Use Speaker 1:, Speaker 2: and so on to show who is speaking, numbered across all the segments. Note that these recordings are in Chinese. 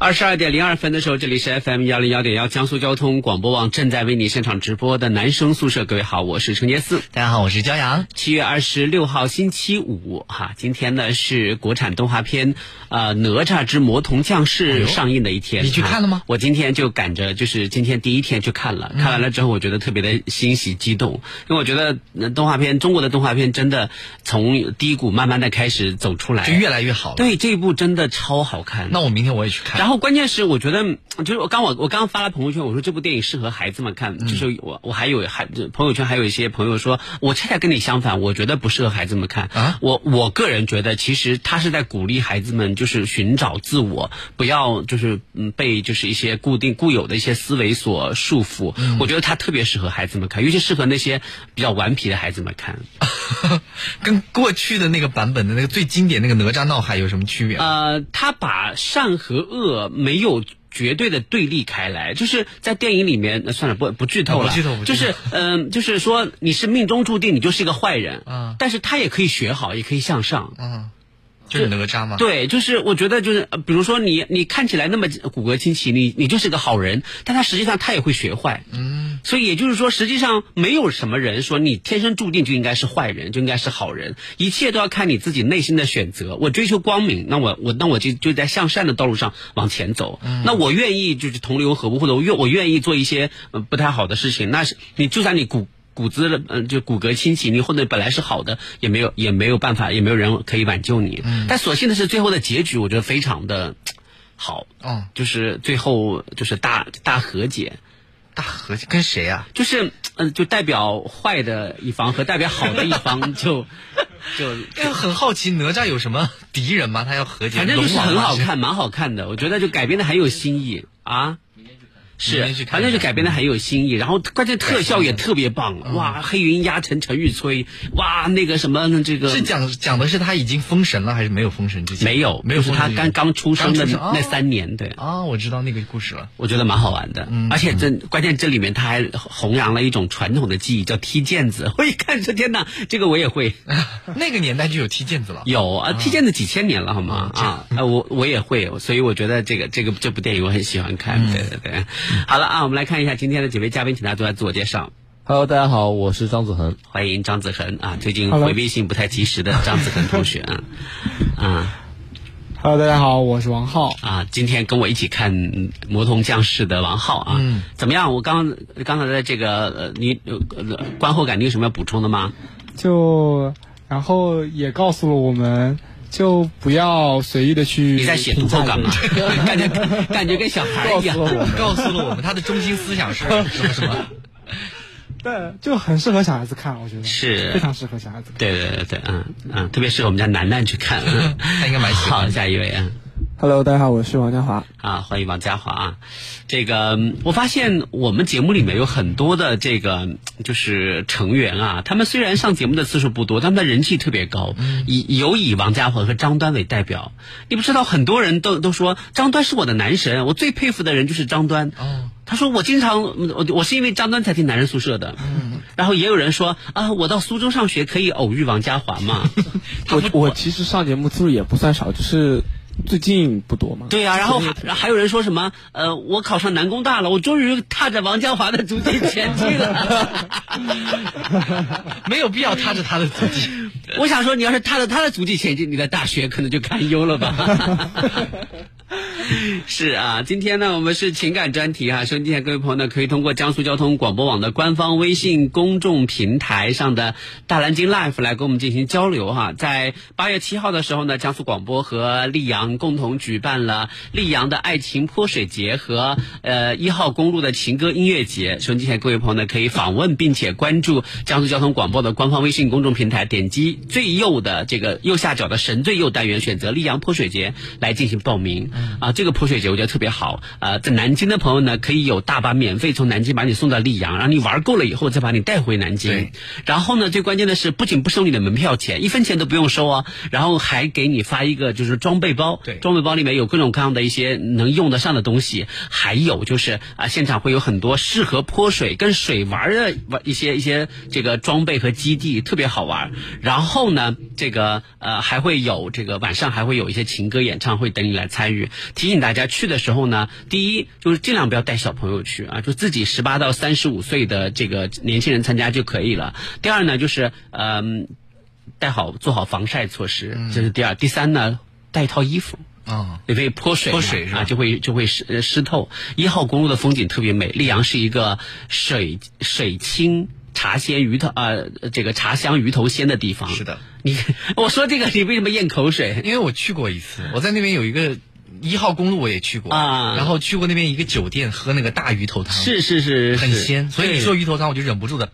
Speaker 1: 二十二点零二分的时候，这里是 FM 幺零幺点幺江苏交通广播网正在为你现场直播的男生宿舍。各位好，我是程杰四。
Speaker 2: 大家好，我是骄阳。
Speaker 1: 七月二十六号星期五，哈，今天呢是国产动画片《呃哪吒之魔童降世》上映的一天。
Speaker 2: 哎你去看了吗、嗯
Speaker 1: 啊？我今天就赶着，就是今天第一天去看了。看完了之后，我觉得特别的欣喜激动，因为我觉得动画片，中国的动画片真的从低谷慢慢的开始走出来，
Speaker 2: 就越来越好了。
Speaker 1: 对，这一部真的超好看。
Speaker 2: 那我明天我也去看。
Speaker 1: 然后关键是，我觉得就是我刚我我刚发了朋友圈，我说这部电影适合孩子们看。就是我我还有还朋友圈还有一些朋友说，我恰恰跟你相反，我觉得不适合孩子们看。
Speaker 2: 啊，
Speaker 1: 我我个人觉得，其实他是在鼓励孩子们，就是寻找自我，不要就是嗯被就是一些固定固有的一些思维所束缚。我觉得他特别适合孩子们看，尤其适合那些比较顽皮的孩子们看。
Speaker 2: 跟过去的那个版本的那个最经典那个哪吒闹海有什么区别？
Speaker 1: 呃，他把善和恶。没有绝对的对立开来，就是在电影里面，那算了，不不剧透了，
Speaker 2: 哦剧透
Speaker 1: 就是嗯、呃，就是说你是命中注定，你就是一个坏人，
Speaker 2: 嗯，
Speaker 1: 但是他也可以学好，也可以向上，
Speaker 2: 嗯。就是哪吒嘛，
Speaker 1: 啊对，就是我觉得就是，比如说你你看起来那么骨骼清奇，你你就是个好人，但他实际上他也会学坏，
Speaker 2: 嗯，
Speaker 1: 所以也就是说，实际上没有什么人说你天生注定就应该是坏人，就应该是好人，一切都要看你自己内心的选择。我追求光明，那我我那我就就在向善的道路上往前走。
Speaker 2: 嗯、
Speaker 1: 那我愿意就是同流合污，或者我愿我愿意做一些、呃、不太好的事情，那是你就算你骨。骨子的，嗯，就骨骼清奇，你或者本来是好的，也没有，也没有办法，也没有人可以挽救你。
Speaker 2: 嗯、
Speaker 1: 但所幸的是，最后的结局我觉得非常的好，
Speaker 2: 嗯，
Speaker 1: 就是最后就是大大和解。
Speaker 2: 大和解跟谁啊？
Speaker 1: 就是嗯、呃，就代表坏的一方和代表好的一 方就就。
Speaker 2: 就很好奇哪吒有什么敌人吗？他要和解？
Speaker 1: 反正就是很 好看，蛮好看的，我觉得就改编的很有新意啊。是，反正就改编的很有新意，然后关键特效也特别棒，嗯、哇，黑云压城城欲摧，哇，那个什么这个
Speaker 2: 是讲讲的是他已经封神了还是没有封神之前？
Speaker 1: 嗯没有，
Speaker 2: 没有
Speaker 1: 是他刚刚出生的那三年，对
Speaker 2: 啊、哦，我知道那个故事了，
Speaker 1: 我觉得蛮好玩的，
Speaker 2: 嗯、
Speaker 1: 而且这关键这里面他还弘扬了一种传统的技艺，叫踢毽子。 我一看说天哪，这个我也会，
Speaker 2: 那个年代就有踢毽子了，
Speaker 1: 有啊，踢毽子几千年了好吗？啊，啊我我也会，所以我觉得这个这个这部电影我很喜欢看，对对对。好了啊，我们来看一下今天的几位嘉宾，请大家做下自我介绍。
Speaker 3: Hello，大家好，我是张子恒，
Speaker 1: 欢迎张子恒啊，最近回微信不太及时的张子恒 同学啊啊。
Speaker 4: Hello，大家好，我是王浩
Speaker 1: 啊，今天跟我一起看《魔童降世》的王浩啊，
Speaker 2: 嗯，
Speaker 1: 怎么样？我刚刚才的这个呃，你呃观后感，你有什么要补充的吗？
Speaker 2: 嗯
Speaker 4: 就然后也告诉了我们。就不要随意的去。
Speaker 1: 你在写读后感吗？ 感觉感觉跟小孩一样。
Speaker 2: 告诉了我们，他的中心思想是什 么什么？
Speaker 4: 对，就很适合小孩子看，我觉得
Speaker 1: 是
Speaker 4: 非常适合小孩子看。
Speaker 1: 对对对对，嗯嗯，特别适合我们家楠楠去看，嗯
Speaker 2: 他应该蛮喜欢。
Speaker 1: 好，下一位啊。
Speaker 5: Hello，大家好，我是王家华
Speaker 1: 啊，欢迎王家华啊。这个我发现我们节目里面有很多的这个就是成员啊，他们虽然上节目的次数不多，他们的人气特别高。
Speaker 2: 嗯
Speaker 1: 以有以王家华和张端为代表，你不知道很多人都都说张端是我的男神，我最佩服的人就是张端。
Speaker 2: 哦
Speaker 1: 他说：“我经常，我我是因为张端才进男人宿舍的。
Speaker 2: 嗯、
Speaker 1: 然后也有人说啊，我到苏州上学可以偶遇王家 华嘛。
Speaker 5: 我我其实上节目次数也不算少，就是最近不多嘛。
Speaker 1: 对呀、啊，然后还还有人说什么呃，我考上南工大了，我终于踏着王家华的足迹前进了。
Speaker 2: 没有必要踏着他的足迹。
Speaker 1: 我想说，你要是踏着他的足迹前进，你的大学可能就堪忧了吧。”是啊，今天呢，我们是情感专题哈、啊。收听前各位朋友呢，可以通过江苏交通广播网的官方微信公众平台上的大蓝鲸 Life 来跟我们进行交流哈、啊。在八月七号的时候呢，江苏广播和溧阳共同举办了溧阳的爱情泼水节和呃一号公路的情歌音乐节。收听前各位朋友呢，可以访问并且关注江苏交通广播的官方微信公众平台，点击最右的这个右下角的神最右单元，选择溧阳泼水节来进行报名啊。这个泼水节我觉得特别好。呃，在南京的朋友呢，可以有大巴免费从南京把你送到溧阳，然后你玩够了以后再把你带回南京
Speaker 2: 对。
Speaker 1: 然后呢，最关键的是，不仅不收你的门票钱，一分钱都不用收啊，然后还给你发一个就是装备包，
Speaker 2: 对
Speaker 1: 装备包里面有各种各样的一些能用得上的东西，还有就是啊、现场会有很多适合泼水跟水玩的玩一些一些这个装备和基地，特别好玩。然后呢，这个呃还会有这个晚上还会有一些情歌演唱会等你来参与。提醒大家去的时候呢，第一就是尽量不要带小朋友去啊，就自己十八到三十五岁的这个年轻人参加就可以了。第二呢，就是嗯、带好做好防晒措施，这是第二。第三呢，带一套衣服。
Speaker 2: 啊、
Speaker 1: 因为泼水嘛
Speaker 2: 泼水是吧
Speaker 1: 啊，就会就会湿呃湿透。一号公路的风景特别美，溧阳是一个水水清茶鲜鱼头呃这个茶香鱼头鲜的地方。
Speaker 2: 是的，嗯
Speaker 1: 你 我说这个你为什么咽口水？
Speaker 2: 因为我去过一次，我在那边有一个一号公路我也去过
Speaker 1: 啊
Speaker 2: 然后去过那边一个酒店喝那个大鱼头汤，
Speaker 1: 是是是，
Speaker 2: 很
Speaker 1: 是
Speaker 2: 鲜，所以你
Speaker 1: 对
Speaker 2: 说鱼头汤我就忍不住 的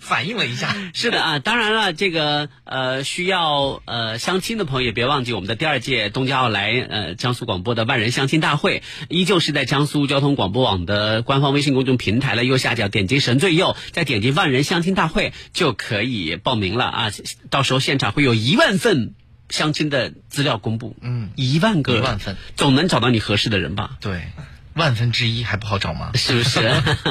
Speaker 2: 反应了一 下。
Speaker 1: 是的啊，当然了，这个呃，需要呃相亲的朋友也别忘记，我们的第二届东郊来呃江苏广播的万人相亲大会，依旧是在江苏交通广播网的官方微信公众平台的右下角点击神最右，再点击万人相亲大会就可以报名了啊！到时候现场会有一万份相亲的资料公布，
Speaker 2: 嗯
Speaker 1: 一万个，
Speaker 2: 一万份，
Speaker 1: 总能找到你合适的人吧？
Speaker 2: 对，万分之一还不好找吗？
Speaker 1: 是不是？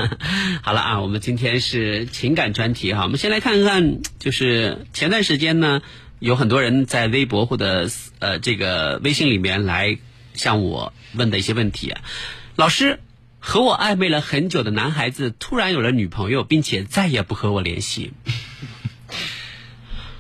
Speaker 1: 好了啊，我们今天是情感专题哈，我们先来看看，就是前段时间呢，有很多人在微博或者呃这个微信里面来向我问的一些问题啊，老师。和我暧昧了很久的男孩子突然有了女朋友，并且再也不和我联系。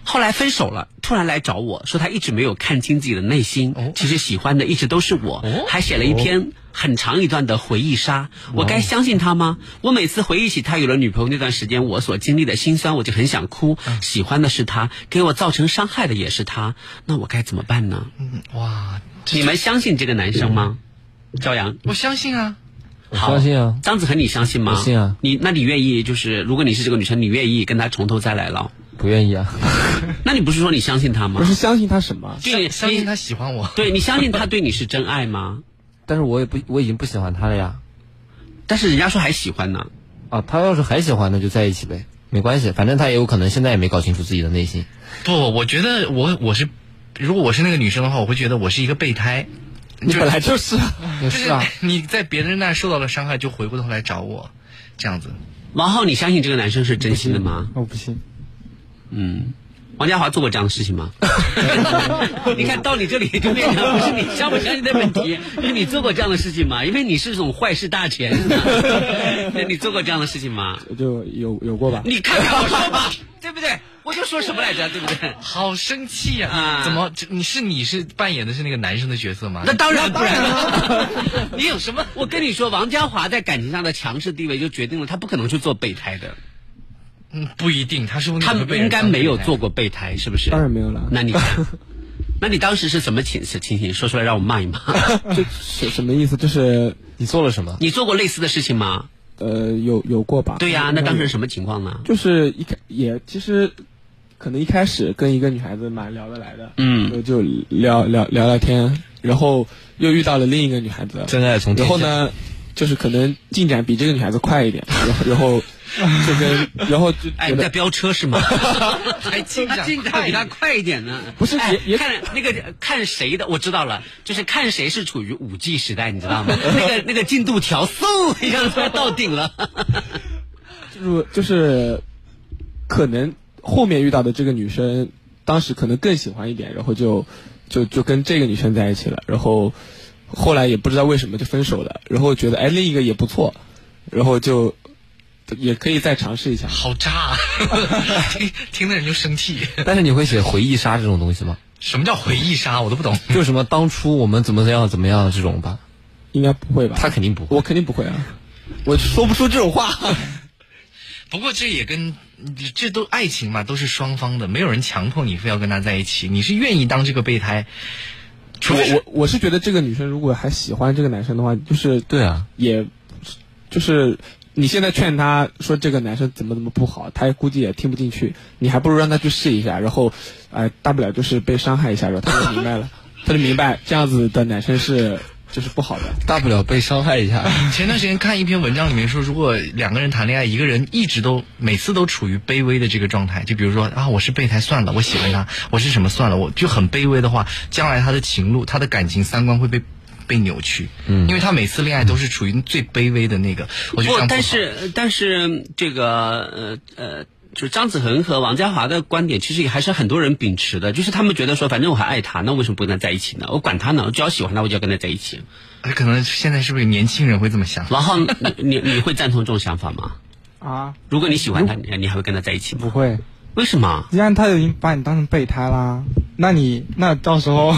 Speaker 1: 后来分手了，突然来找我说他一直没有看清自己的内心，其实喜欢的一直都是我，还写了一篇很长一段的回忆杀。我该相信他吗？我每次回忆起他有了女朋友那段时间我所经历的辛酸，我就很想哭。喜欢的是他，给我造成伤害的也是他，那我该怎么办呢？
Speaker 2: 嗯，哇，这
Speaker 1: 你们相信这个男生吗？朝阳，
Speaker 2: 我相信啊，
Speaker 3: 我
Speaker 1: 好
Speaker 3: 相信啊，
Speaker 1: 张子恒，你相信吗？
Speaker 3: 我信啊
Speaker 1: 你那你愿意就是，如果你是这个女生，你愿意跟他从头再来了？
Speaker 3: 不愿意啊，
Speaker 1: 那你不是说你相信他吗？
Speaker 5: 不是相信他什么？
Speaker 1: 对，
Speaker 2: 相
Speaker 1: 你
Speaker 2: 信他喜欢我。
Speaker 1: 对你相信他对你是真爱吗？
Speaker 3: 但是我也不，我已经不喜欢他了呀。
Speaker 1: 但是人家说还喜欢呢。
Speaker 3: 啊，他要是还喜欢，那就在一起呗，没关系，反正他也有可能现在也没搞清楚自己的内心。
Speaker 2: 不，我觉得我我是，如果我是那个女生的话，我会觉得我是一个备胎，
Speaker 5: 你本 来就是，
Speaker 3: 也
Speaker 2: 就是
Speaker 3: 啊，
Speaker 2: 你在别人那儿受到了伤害，就回过头来找我，这样子。
Speaker 1: 王浩，你相信这个男生是真心的吗？
Speaker 4: 我哦不信，
Speaker 1: 嗯。王家华做过这样的事情吗？ 你看到你这里就变成不是你相不相信的问 题，是你做过这样的事情吗？因为你是这种坏事大 全，那你做过这样的事情吗？
Speaker 5: 我就有有过吧？
Speaker 1: 你看看我说吧， 对不对？我就说什么来着，对不对？
Speaker 2: 好生气呀、
Speaker 1: 啊
Speaker 2: 嗯怎么？这你是你是扮演的是那个男生的角色吗？
Speaker 1: 那当然不然 了，你有什么？我跟你说，王家华在感情上的强势地位就决定了他不可能去做备胎的。
Speaker 2: 嗯，不一定，他说不定
Speaker 1: 他
Speaker 2: 会
Speaker 1: 们
Speaker 2: 被人
Speaker 1: 应该
Speaker 2: 当备
Speaker 1: 没有
Speaker 2: 胎
Speaker 1: 做过备胎，是不是？
Speaker 5: 当然没有了
Speaker 1: 那你看，那你当时是什么情情形？说出来让我骂 一骂。
Speaker 5: 这什什么意思？就是
Speaker 3: 你做了什么？
Speaker 1: 你做过类似的事情吗？
Speaker 5: 呃，有有过吧？
Speaker 1: 对呀、
Speaker 5: 应该
Speaker 1: 那当时
Speaker 5: 有
Speaker 1: 是什么情况呢？
Speaker 5: 就是一开也其实可能一开始跟一个女孩子蛮聊得来的，
Speaker 1: 嗯
Speaker 5: 就就聊聊聊聊天，然后又遇到了另一个女孩子，
Speaker 3: 真爱从
Speaker 5: 然后？呢，就是可能进展比这个女孩子快一点，然后然后就跟然后就
Speaker 1: 哎，
Speaker 5: 觉
Speaker 1: 你
Speaker 5: 得、
Speaker 1: 在飙车 是吗？还进
Speaker 2: 展
Speaker 1: 进展比他快一点呢？
Speaker 5: 不是
Speaker 1: 哎
Speaker 5: 也也
Speaker 1: 看那个看谁的，我知道了，就是看谁是处于五 G 时代，你知道吗？那个那个进度条嗖一下突然到 顶了。
Speaker 5: 就是就是可能后面遇到的这个女生，当时可能更喜欢一点，然后就就就跟这个女生在一起了，然后后来也不知道为什么就分手了，然后觉得哎另一个也不错，然后就也可以再尝试一下。
Speaker 2: 好渣、啊，听听的人就生气。
Speaker 3: 但是你会写回忆杀这种东西吗？
Speaker 2: 什么叫回忆杀？我都不懂。
Speaker 3: 就什么当初我们怎么怎么样怎么样这种吧？
Speaker 5: 应该不会吧？
Speaker 3: 他肯定不会
Speaker 5: 我肯定不会啊，我说不出这种话。
Speaker 2: 不过这也跟这都爱情嘛，都是双方的，没有人强迫你非要跟他在一起，你是愿意当这个备胎，除
Speaker 5: 我
Speaker 2: 非是
Speaker 5: 我我是觉得这个女生如果还喜欢这个男生的话，就是
Speaker 3: 对啊，
Speaker 5: 也就是你现在劝她说这个男生怎么怎么不好，她估计也听不 进去，你还不如让她去试一下，然后哎、大不了就是被伤害一下，然后她就明白了。他就明白这样子的男生是就是不好的。
Speaker 3: 大不了被伤害一下。
Speaker 2: 前段时间看一篇文章，里面说，如果两个人谈恋爱，一个人一直都每次都处于卑微的这个状态，就比如说啊，我是备胎算了，我喜欢他，我是什么算了，我就很卑微的话，将来他的情路、他的感情三观会被 被扭曲，嗯，因为他每次恋爱都是处于最卑微的那个，我觉得这
Speaker 1: 不
Speaker 2: 样，
Speaker 1: 但
Speaker 2: 好
Speaker 1: 是呃但是这个呃呃，就是张子恒和王嘉华的观点，其实也还是很多人秉持的，就是他们觉得说，反正我还爱他，那为什么不跟他在一起呢？我管他呢，我只要喜欢他，我就要跟他在一起。
Speaker 2: 哎可能现在是不是有年轻人会这么想？
Speaker 1: 然后你你你会赞同这种想法吗？
Speaker 4: 啊，
Speaker 1: 如果你喜欢他，你你还会跟他在一起吗？
Speaker 4: 不会，
Speaker 1: 为什么？
Speaker 4: 既然他已经把你当成备胎啦，那你那到时候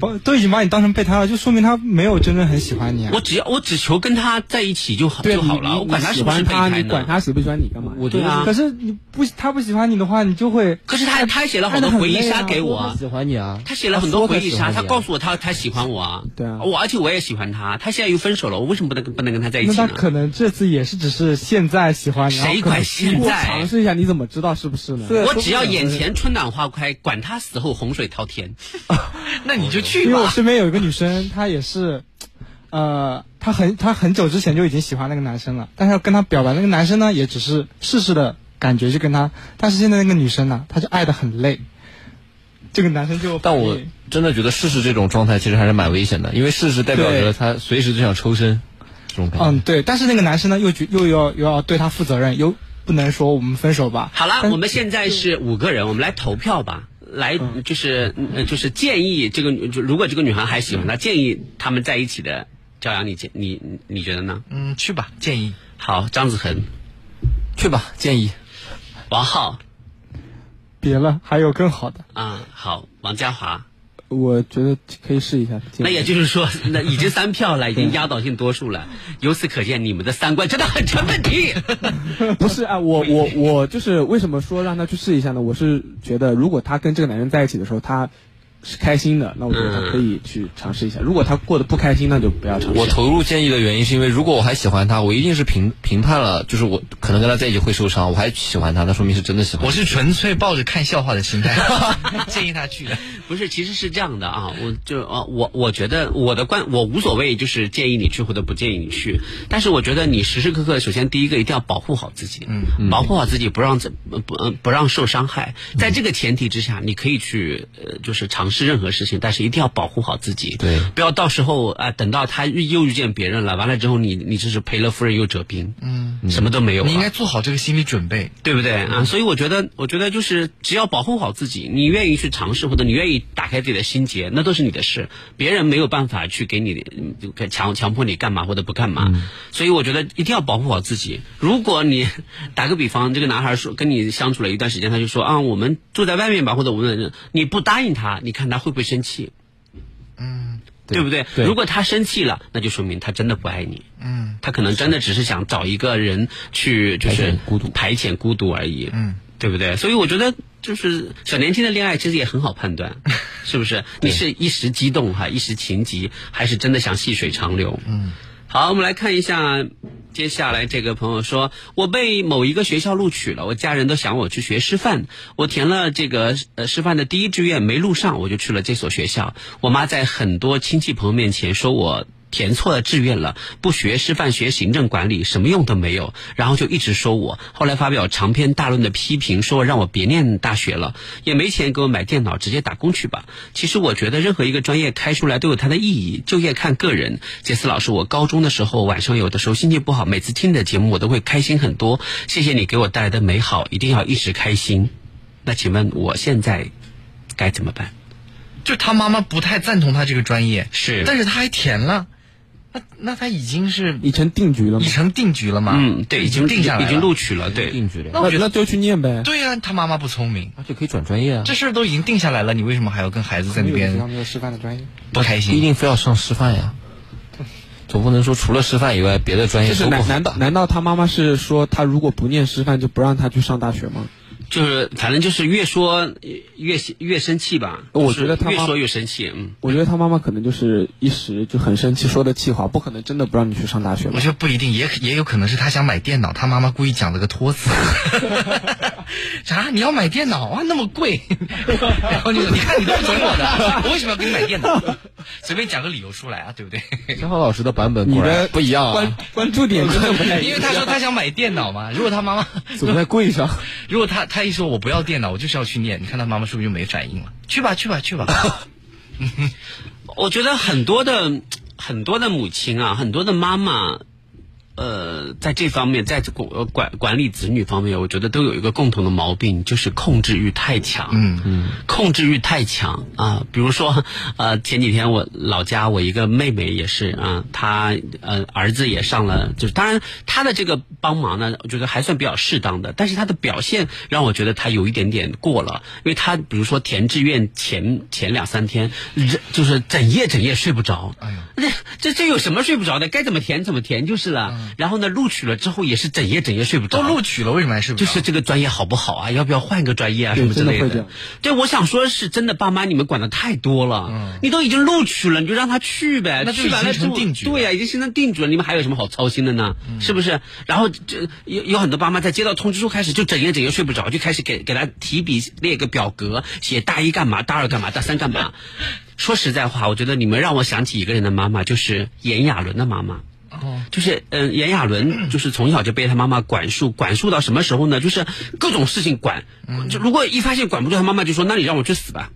Speaker 4: 不都已经把你当成备胎了，就说明他没有真正很喜欢你啊
Speaker 1: 我。只要我只求跟他在一起就好
Speaker 5: 对，
Speaker 1: 就好
Speaker 5: 你
Speaker 1: 了，
Speaker 5: 你
Speaker 1: 我管他
Speaker 5: 你
Speaker 1: 是
Speaker 5: 喜
Speaker 1: 不是
Speaker 5: 欢
Speaker 1: 备
Speaker 5: 他，
Speaker 1: 胎
Speaker 5: 你
Speaker 1: 呢
Speaker 5: 管。他喜不喜欢你干嘛？
Speaker 3: 我觉
Speaker 1: 对啊
Speaker 3: 得
Speaker 4: 可是你不他不喜欢你的话，你就会
Speaker 1: 可是他他写了好多回忆杀给我
Speaker 3: 他
Speaker 1: 啊，
Speaker 3: 喜欢你啊，
Speaker 1: 他写了很多回忆
Speaker 3: 说喜欢
Speaker 1: 杀，他
Speaker 3: 你啊
Speaker 1: 告诉我他他喜欢我啊，
Speaker 5: 对啊
Speaker 1: 我而且我也喜欢他，他现在又分手了，我为什么不能跟不能跟他在一
Speaker 4: 那
Speaker 1: 起
Speaker 4: 他
Speaker 1: 呢？
Speaker 4: 可能这次也是只是现在喜欢你，然后
Speaker 1: 啊谁
Speaker 4: 可能
Speaker 1: 管现
Speaker 5: 你多
Speaker 1: 在啊
Speaker 5: 尝？试一下，你怎么知道是不是呢？
Speaker 4: 对
Speaker 1: 我只要眼前春暖花开，管他死后洪水滔天。
Speaker 2: 那你就
Speaker 4: 哦
Speaker 2: 去
Speaker 4: 因为我
Speaker 2: 吧。
Speaker 4: 身边有一个女生，她也是，呃，她很她很久之前就已经喜欢那个男生了，但是跟她表白，那个男生呢也只是试试的感觉去跟她，但是现在那个女生呢，她就爱的很累，这个男生就
Speaker 3: 但我
Speaker 4: 哎
Speaker 3: 真的觉得试试这种状态其实还是蛮危险的，因为试试代表着他随时就想抽身，这种感觉。
Speaker 4: 嗯对，但是那个男生呢又觉又要又要对她负责任，又不能说我们分手吧，
Speaker 1: 好啦，我们现在是五个人，我们来投票吧。来，
Speaker 4: 嗯
Speaker 1: 就是、呃就是建议这个女，就如果这个女孩还喜欢他，建议他们在一起的。朝阳，你建你你你觉得呢？
Speaker 2: 嗯，去吧，建议。
Speaker 1: 好，张子恒、
Speaker 3: 去吧，建议。
Speaker 1: 王浩
Speaker 4: 别了，还有更好的。
Speaker 1: 啊、好，王嘉华。
Speaker 5: 我觉得可以试一下。
Speaker 1: 那也就是说，那已经三票了，已经压倒性多数了。由此可见，你们的三观真的很成问题。
Speaker 5: 不是啊，我我我就是为什么说让他去试一下呢？我是觉得，如果他跟这个男人在一起的时候，他是开心的，那我觉得他可以去尝试一下。如果他过得不开心，那就不要尝试。
Speaker 3: 我投入建议的原因是因为，如果我还喜欢他，我一定是评评判了，就是我可能跟他在一起会受伤，我还喜欢他，那说明是真的喜欢。
Speaker 2: 我是纯粹抱着看笑话的心态， 建议他去的。
Speaker 1: 不是，其实是这样的啊，我就啊，我我觉得我的观我无所谓，就是建议你去或者不建议你去，但是我觉得你时时刻刻，首先第一个一定要保护好自己，嗯，保护好自己，不让自不呃不让受伤害，在这个前提之下，你可以去呃就是尝试任何事情，但是一定要保护好自己，
Speaker 3: 对
Speaker 1: 不要到时候啊、等到他遇又遇见别人了，完了之后你你就是赔了夫人又折兵，嗯，什么都没有、啊，
Speaker 2: 你应该做好这个心理准备。
Speaker 1: 对不对啊？所以我觉得，我觉得就是只要保护好自己，你愿意去尝试或者你愿意打开自己的心结，那都是你的事，别人没有办法去给你嗯就给强强迫你干嘛或者不干嘛。所以我觉得一定要保护好自己。如果你 打个比方，这个男孩说跟你相处了一段时间，他就说啊，我们住在外面吧，或者我们你不答应他，你看他会不会生气？嗯，对不对？
Speaker 3: 对
Speaker 1: 如果他生气了，那就说明他真的不爱你。
Speaker 2: 嗯，
Speaker 1: 他可能真的只是想找一个人去，就
Speaker 3: 排
Speaker 1: 是
Speaker 3: 遣孤独
Speaker 1: 排遣孤独而已，
Speaker 2: 嗯，
Speaker 1: 对不对？所以我觉得，就是小年轻的恋爱其实也很好 判断，是不是？你是一时激动哈，一时情急，还是真的想细水长流？嗯，好，我们来看一下。接下来这个朋友说，我被某一个学校录取了，我家人都想我去学师范，我填了这个呃师范的第一志愿没录上，我就去了这所学校。我妈在很多亲戚朋友面前说我填错了志愿了，不学师范学行政管理，什么用都没有。然后就一直说我，后来发表长篇大论的批评，说让我别念大学了，也没钱给我买电脑，直接打工去吧。其实我觉得任何一个专业开出来都有它的意义，就业看个人。杰斯老师，我高中的时候晚上有的时候心情不好，每次听你的节目我都会开心很多。谢谢你给我带来的美好，一定要一直开心。那请问我现在该怎么办？
Speaker 2: 就他妈妈不太赞同他这个专业，
Speaker 1: 是
Speaker 2: 但是他还填了，那那他已经是
Speaker 5: 已成定局了嘛
Speaker 2: 已？成定局了嘛？
Speaker 1: 嗯，对，已经
Speaker 2: 定下来了，
Speaker 1: 已经录取了，对。
Speaker 3: 定局了，
Speaker 2: 那我觉
Speaker 5: 那
Speaker 2: 得
Speaker 5: 就去念呗。
Speaker 2: 对呀、他妈妈不聪明，
Speaker 3: 而且可以转专业啊，
Speaker 2: 这事儿都已经定下来了，你为什么还要跟孩子在那
Speaker 4: 没有学校
Speaker 1: 嗯
Speaker 2: 边
Speaker 4: 没有师范的专 业，
Speaker 2: 不开
Speaker 3: 不一
Speaker 2: 心？
Speaker 3: 定非要上师范呀。总不能说除了师范以外，别的专业
Speaker 5: 就是
Speaker 3: 都不
Speaker 5: 难
Speaker 3: 好
Speaker 5: 难道难道他妈妈是说他如果不念师范就不让他去上大学吗？
Speaker 1: 就是反正就是越说呃越越生气吧。
Speaker 5: 我
Speaker 1: 就是
Speaker 5: 觉得他妈
Speaker 1: 越说越生气，嗯。
Speaker 5: 我觉得他妈妈可能就是一时就很生气说的气话，不可能真的不让你去上大学吧
Speaker 2: 我？觉得不一定，也也有可能是他想买电脑，他妈妈故意讲了个托词。啥？你要买电脑啊？那么贵？然后你说你看你都不懂我的，我为什么要给你买电脑？随便讲个理由出来啊，对不 对？
Speaker 3: 小浩老师的版本
Speaker 5: 你
Speaker 3: 果
Speaker 5: 的
Speaker 3: 然不一样
Speaker 5: 关
Speaker 3: 啊，
Speaker 5: 关注点真的不太一
Speaker 2: 因
Speaker 5: 样，
Speaker 2: 为他说他想买电脑嘛，如果他妈妈，
Speaker 5: 总在柜上。
Speaker 2: 如果他他一说我不要电脑，我就是要去念，你看他妈妈是不是就没反应了？去吧，去吧，去吧。
Speaker 1: 我觉得很多的很多的母亲啊，很多的妈妈，呃，在这方面，在这管呃管管理子女方面，我觉得都有一个共同的毛病，就是控制欲太强。嗯嗯，控制欲太强啊。比如说，呃，前几天我老家我一个妹妹也是啊，她呃儿子也上了，就是当然她的这个帮忙呢，我觉得还算比较适当的，但是她的表现让我觉得她有一点点过了，因为她比如说填志愿前前两三天，人就是整夜整夜睡不着。哎这这这有什么睡不着的？该怎么填怎么填就是了。然后呢，录取了之后也是整夜整夜睡不着。
Speaker 2: 都录取了，为什么还睡不
Speaker 1: 就
Speaker 2: 着？
Speaker 1: 是这个专业好不好啊？要不要换一个专业啊？什
Speaker 5: 对
Speaker 1: 么之类
Speaker 5: 真的
Speaker 1: 的。
Speaker 5: 会这样
Speaker 1: 对，我想说，是真的，爸妈你们管的太多了。你都已经录取了，你就让他去呗。
Speaker 2: 那就
Speaker 1: 去完了
Speaker 2: 已
Speaker 1: 之
Speaker 2: 经成
Speaker 1: 后，
Speaker 2: 定局了嗯
Speaker 1: 对呀、已经形成定局了，你们还有什么好操心的呢？是不是？然后这有有很多爸妈在接到通知书开始就整夜整夜睡不着，就开始给给他提笔列个表格，写大一干嘛，大二干嘛，大三干嘛。说实在话，我觉得你们让我想起一个人的妈妈，就是炎亚纶的妈妈。
Speaker 2: 哦
Speaker 1: 就是嗯，炎亚 纶就是从小就被他妈妈管束，管束到什么时候呢？就是各种事情管，
Speaker 2: 嗯
Speaker 1: 就如果一发现管不住，他妈妈就说：“那你让我去死吧。”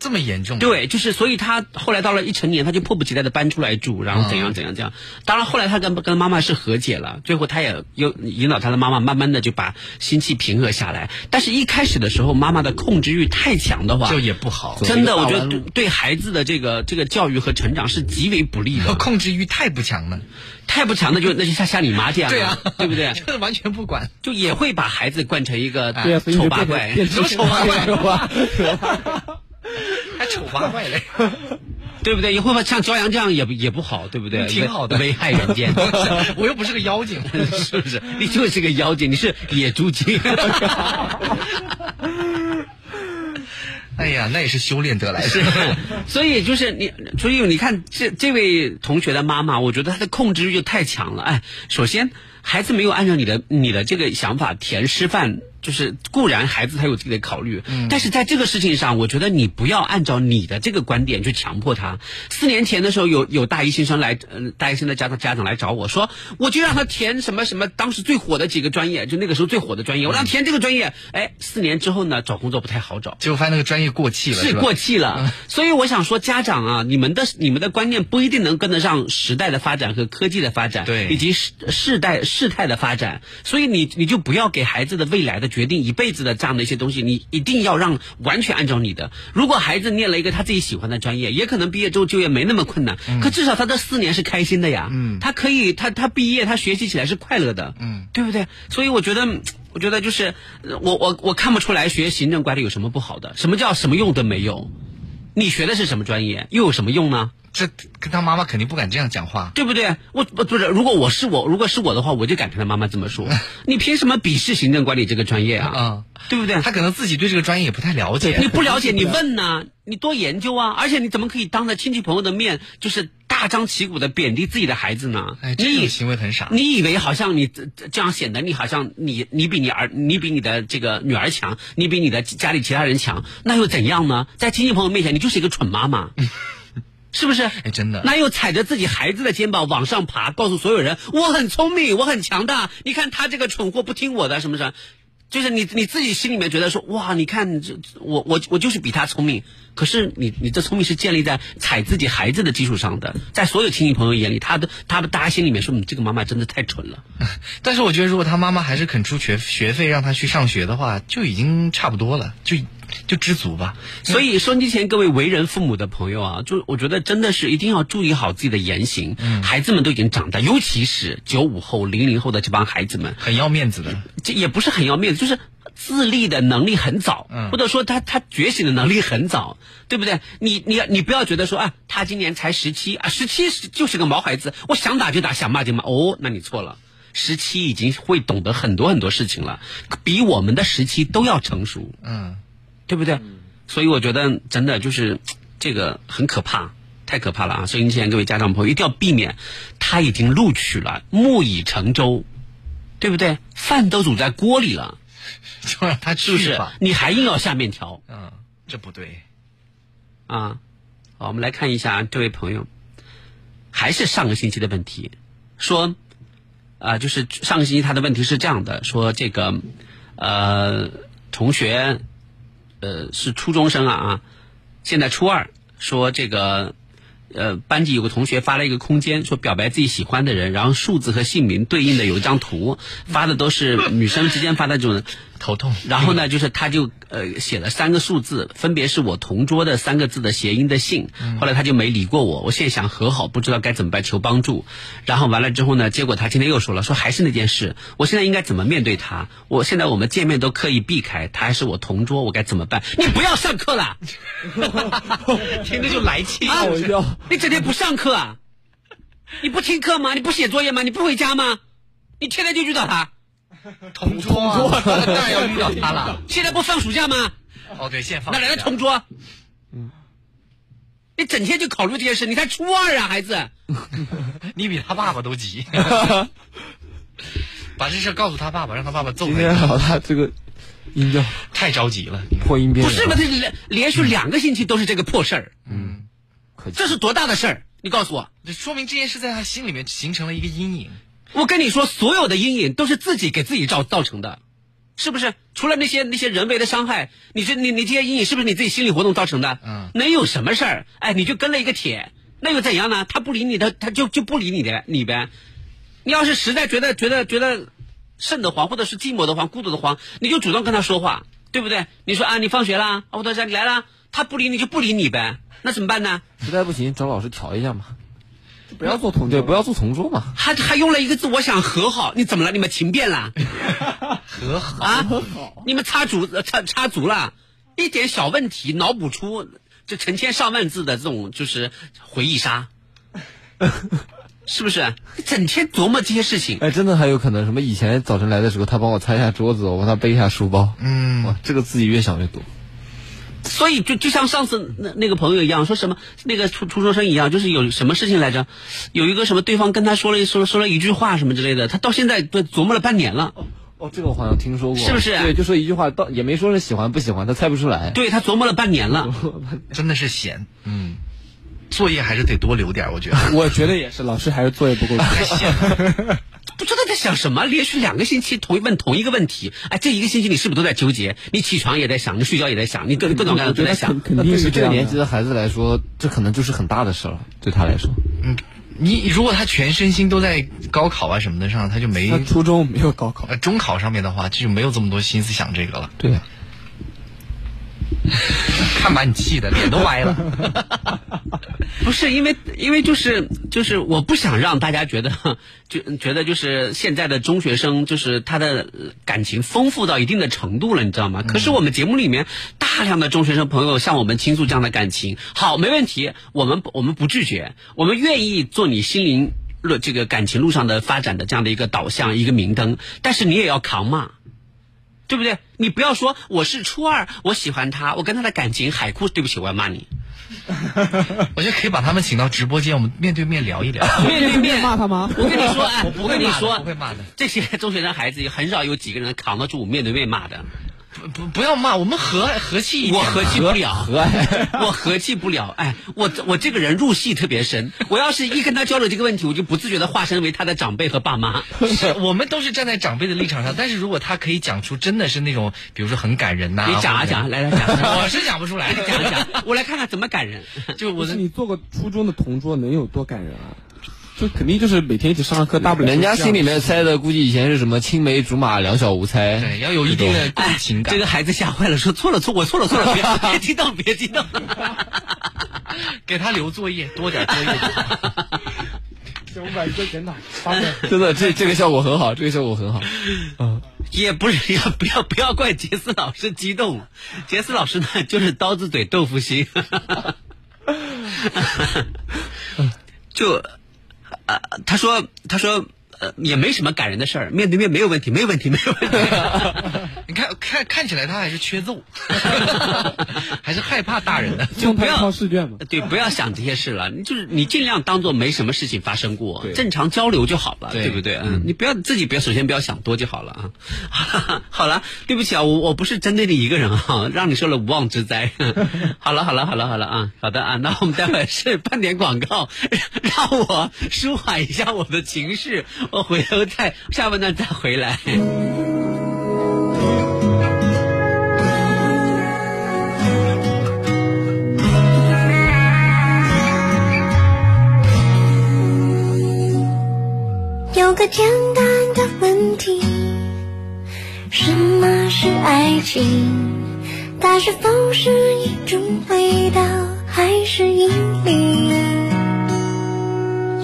Speaker 2: 这么严重啊吗？
Speaker 1: 对，就是所以他后来到了一成年，他就迫不及待的搬出来住，然后怎
Speaker 5: 啊
Speaker 1: 样怎样怎样。当然后来他跟跟妈妈是和解了，最后他也又引导他的妈妈慢慢的就把心气平和下来。但是一开始的时候，妈妈的控制欲太强的话，
Speaker 2: 这也不好，
Speaker 1: 真的我觉得对对孩子的这个这个教育和成长是极为不 利的。
Speaker 2: 控制欲太不强了。
Speaker 1: 太不强的就那就像像你妈这样，
Speaker 2: 对啊，
Speaker 1: 对 不对？
Speaker 2: 就是完全不管。
Speaker 1: 就也会把孩子惯成一个
Speaker 5: 对啊，所以你
Speaker 1: 丑
Speaker 5: 就
Speaker 1: 八
Speaker 5: 变
Speaker 1: 怪
Speaker 5: 成。变成丑八怪 吧？
Speaker 2: 还丑八怪嘞！
Speaker 1: 对不对？也会把像骄阳这样也不也不好，对不对？
Speaker 2: 嗯挺好的
Speaker 1: 危危害人间，
Speaker 2: 我又不是个妖精，
Speaker 1: 是不是？你就是个妖精，你是野猪精。
Speaker 2: 哎呀，那也是修炼得来的。
Speaker 1: 所以就是你，所以你看这这位同学的妈妈，我觉得她的控制欲就太强了。哎，首先孩子没有按照你的你的这个想法填师范，就是固然孩子他有自己的考虑，但是在这个事情上，我觉得你不要按照你的这个观点去强迫他。四年前的时候有，有大一新生来，呃、大一新的家长家长来找我说，我就让他填什么什么，当时最火的几个专业，就那个时候最火的专业，我让他填这个专业。哎，四年之后呢，找工作不太好找。
Speaker 2: 结果发现那个专业过气了，
Speaker 1: 是
Speaker 2: 吧嗯
Speaker 1: 过气了。所以我想说，家长啊，你们的你们的观念不一定能跟得上时代的发展和科技的发展，
Speaker 2: 对
Speaker 1: 以及世世代世态的发展。所以你你就不要给孩子的未来的决定一辈子的这样的一些东西，你一定要让完全按照你的。如果孩子念了一个他自己喜欢的专业，也可能毕业之后就业没那么困难，可至少他这四年是开心的呀。嗯，他可以他他毕业他学习起来是快乐的，嗯，对不对？所以我觉得。嗯我觉得就是呃我我我看不出来学行政管理有什么不好的，什么叫什么用都没有？你学的是什么专业，又有什么用呢？
Speaker 2: 这跟他妈妈肯定不敢这样讲话。
Speaker 1: 对不对？我我不是，如果我是我，如果是我的话，我就敢跟他妈妈这么说。你凭什么鄙视行政管理这个专业啊？
Speaker 2: 嗯啊
Speaker 1: 对不对？
Speaker 2: 他可能自己对这个专业也不太了解。
Speaker 1: 你不了解，你问呐、你多研究啊。而且你怎么可以当着亲戚朋友的面，就是大张旗鼓的贬低自己的孩子呢？
Speaker 2: 哎，这
Speaker 1: 你
Speaker 2: 种行为很傻。
Speaker 1: 你以为好像你这这样显得你好像你你比你儿你比你的这个女儿强，你比你的家里其他人强，那又怎样呢？在亲戚朋友面前，你就是一个蠢妈妈，是不是？哎
Speaker 2: 真的
Speaker 1: 那又踩着自己孩子的肩膀往上爬，告诉所有人我很聪明，我很强大。你看他这个蠢货不听我的，什么什么。就是你你自己心里面觉得说哇，你看这我我我就是比他聪明，可是你你这聪明是建立在踩自己孩子的基础上的，在所有亲戚朋友眼里，他的他们大家心里面说你这个妈妈真的太蠢了。
Speaker 2: 但是我觉得，如果他妈妈还是肯出学学费让他去上学的话，就已经差不多了，就就知足吧。
Speaker 1: 所以收音机前各位为人父母的朋友啊，就我觉得真的是一定要注意好自己的言行，
Speaker 2: 嗯
Speaker 1: 孩子们都已经长大，尤其是九五后、零零后的这帮孩子们，
Speaker 2: 很要面子的，
Speaker 1: 这也不是很要面子，就是自立的能力很早，
Speaker 2: 嗯
Speaker 1: 或者说他他觉醒的能力很早，对不对？你你你不要觉得说啊，他今年才十七啊，十七就是个毛孩子，我想打就打，想骂就骂。哦，那你错了，十七已经会懂得很多很多事情了，比我们的十七都要成熟，
Speaker 2: 嗯，
Speaker 1: 对不对？所以我觉得真的就是这个很可怕。太可怕了啊！所以你前各位家长朋友一定要避免，他已经录取了，木已成舟，对不对？饭都煮在锅里了，
Speaker 2: 就让他
Speaker 1: 是不
Speaker 2: 去
Speaker 1: 是
Speaker 2: 吧。？
Speaker 1: 你还硬要下面条
Speaker 2: 嗯，这不对。
Speaker 1: 啊？好，我们来看一下这位朋友，还是上个星期的问题，说啊、就是上个星期他的问题是这样的，说这个呃，同学呃是初中生啊啊，现在初二，说这个呃班级有个同学发了一个空间，说表白自己喜欢的人，然后数字和姓名对应的有一张图，发的都是女生之间发的这种。
Speaker 2: 头痛。
Speaker 1: 然后呢，就是他就呃写了三个数字，分别是我同桌的三个字的谐音的姓。
Speaker 2: 嗯
Speaker 1: 后来他就没理过我，我现在想和好，不知道该怎么办，求帮助。然后完了之后呢，结果他今天又说了，说还是那件事，我现在应该怎么面对他？我现在我们见面都刻意避开，他还是我同桌，我该怎么办？你不要上课了，
Speaker 2: 听着就来气
Speaker 5: 吓
Speaker 1: 啊
Speaker 5: 我一跳。
Speaker 1: 你整天不上课啊？你不听课吗？你不写作业吗？你不回家吗？你天天就遇到他，
Speaker 2: 同桌啊，当然要遇到他了。
Speaker 1: 现在不放暑假吗？
Speaker 2: 哦，对，现在放
Speaker 1: 哪来的
Speaker 2: 假
Speaker 1: 同桌？嗯，你整天就考虑这件事，你才初二啊，孩子。
Speaker 2: 你比他爸爸都急。 把这事告诉他爸爸，让他爸爸揍
Speaker 5: 今
Speaker 2: 他一
Speaker 5: 天
Speaker 2: 顿。
Speaker 5: 老大这个音调
Speaker 2: 太着急了，
Speaker 5: 破音变
Speaker 1: 不
Speaker 5: 了，
Speaker 1: 是嘛？他连连续两个星期都是这个破事儿，
Speaker 3: 可
Speaker 1: 这是多大的事儿？你告诉我，
Speaker 2: 这说明这件事在他心里面形成了一个阴影。
Speaker 1: 我跟你说，所有的阴影都是自己给自己造造成的，是不是？除了那些那些人为的伤害，你这你你这些阴影是不是你自己心理活动造成的？
Speaker 2: 嗯，
Speaker 1: 能有什么事儿？哎，你就跟了一个铁，那又怎样呢？他不理你，他他就就不理你的你呗。你要是实在觉得觉得觉得瘆得慌，或者是寂寞得慌、孤独得慌，你就主动跟他说话，对不对？你说啊，你放学啦，啊，我到家你来啦，他不理你就不理你呗，那怎么办呢？
Speaker 3: 实在不行找老师调一下嘛。
Speaker 5: 不要做同
Speaker 3: 对，
Speaker 5: 桌，
Speaker 3: 不要做同桌嘛。
Speaker 1: 还还用了一个字，我想和好，你怎么了？你们情变了？
Speaker 2: 和好，
Speaker 1: 啊，你们插足呃插插足了，一点小问题脑补出这成千上万字的这种就是回 忆杀，是不是？你整天琢磨这些事情，
Speaker 3: 哎，真的还有可能什么？以前早晨来的时候，他帮我擦一下桌子，我帮他背一下书包。
Speaker 2: 嗯，
Speaker 3: 哇，这个自己越想越多。
Speaker 1: 所以就就像上次那那个朋友一样，说什么那个初初中生一样，就是有什么事情来着，有一个什么对方跟他说了一说说了一句话什么之类的，他到现在都琢磨了半年了，
Speaker 3: 哦，这个我好像听说过，
Speaker 1: 是不是啊
Speaker 3: 对，就说一句话，到也没说是喜欢不喜欢，他猜不出来。
Speaker 1: 对他琢磨了半年了。
Speaker 2: 真的是闲。嗯，作业还是得多留点儿，我觉 得。
Speaker 5: 我觉得也是，老师还是作业不够多。
Speaker 2: 太闲了，
Speaker 1: 不知道在想什么，连续两个星期同一问同一个问题，哎，这一个星期你是不是都在纠结？你起床也在想，你睡觉也在想，你各各种各样的都在想。
Speaker 5: 肯
Speaker 3: 那对
Speaker 5: 定
Speaker 3: 于
Speaker 5: 是这
Speaker 3: 这个
Speaker 5: 样的
Speaker 3: 年纪的孩子来说，这可能就是很大的事了，对他来说。
Speaker 2: 你如果他全身心都在高考啊什么的上，他就没
Speaker 5: 那初中没有高考，
Speaker 2: 呃中考上面的话，这就没有这么多心思想这个了。
Speaker 3: 对呀、
Speaker 2: 看把你气的脸都歪了。
Speaker 1: 不是因为，因为就是就是，我不想让大家觉得，就觉得就是现在的中学生，就是他的呃感情丰富到一定的程度了，你知道吗？可是我们节目里面大量的中学生朋友向我们倾诉这样的感情，好，没问题，我们不我们不拒绝，我们愿意做你心灵路这个感情路上的发展的这样的一个导向，一个明灯，但是你也要扛嘛。对不对？你不要说我是初二，我喜欢他，我跟他的感情海枯。对不起，我要骂你。
Speaker 2: 我觉得可以把他们请到直播间，我们面对面聊 一聊。
Speaker 1: 面对面
Speaker 5: 骂他吗
Speaker 1: 我跟你说，哎，我跟你
Speaker 2: 不会
Speaker 1: 说，
Speaker 2: 骂的，
Speaker 1: 这些中学生孩子很少有几个人扛得住面对面骂的。
Speaker 2: 不不不要骂，我们和和气一点。
Speaker 1: 我和气不 了，
Speaker 2: 哎
Speaker 1: 我和气不了。哎，我我这个人入戏特别深，我要是一跟他交流这个问题，我就不自觉的化身为他的长辈和爸妈。
Speaker 2: 是我们都是站在长辈的立场上，但是如果他可以讲出真的是那种，比如说很感人呐、
Speaker 1: 你讲啊
Speaker 2: 或者
Speaker 1: 讲，来来讲，
Speaker 2: 我是讲不出来，
Speaker 1: 讲一讲，我来看看怎么 感人。
Speaker 2: 就我
Speaker 5: 不是
Speaker 2: 的
Speaker 5: 你做个初中的同桌能有多感人啊？就肯定就是每天一起上上课，大不了
Speaker 3: 人家
Speaker 5: 就是这
Speaker 3: 心
Speaker 5: 样
Speaker 3: 里面猜的估计以前是什么青梅竹马、两小无猜。
Speaker 2: 对要有一定的共
Speaker 1: 哎，
Speaker 2: 情感。
Speaker 1: 这个孩子吓坏了，说错了错，我错了错了，别别激动，别激动。
Speaker 2: 给他留作业，多点作业。
Speaker 5: 写五百字检讨，八百。
Speaker 3: 真的，这这个效果很好，这个效果很好。
Speaker 1: 也不是要不要不要怪杰斯老师激动，啊杰斯老师呢就是刀子嘴豆腐心， 就呃他说他说呃也没什么感人的事儿，面对面没有问题，没有问题，没有问题。
Speaker 2: 你看看看起来他还是缺揍， 还是害怕大人的。
Speaker 5: 就
Speaker 1: 不
Speaker 5: 拍
Speaker 1: 要
Speaker 5: 靠试卷嘛。
Speaker 1: 对，不要想这些事了，你就是你尽量当做没什么事情发生过，
Speaker 5: 对
Speaker 1: 正常交流就好了，
Speaker 2: 对
Speaker 1: 不对？嗯，你不要自己不要，首先不要想多就好了啊。 好了，对不起啊，我我不是针对你一个人啊， 让你受了无妄之灾。 好了好了好了好了啊，好的啊，那我们待会儿是半点广告， 让我舒缓一下我的情绪，我回头再下半段再回来。
Speaker 6: 有个简单的问题：什么是爱情？它是否是一种味道，还是引力？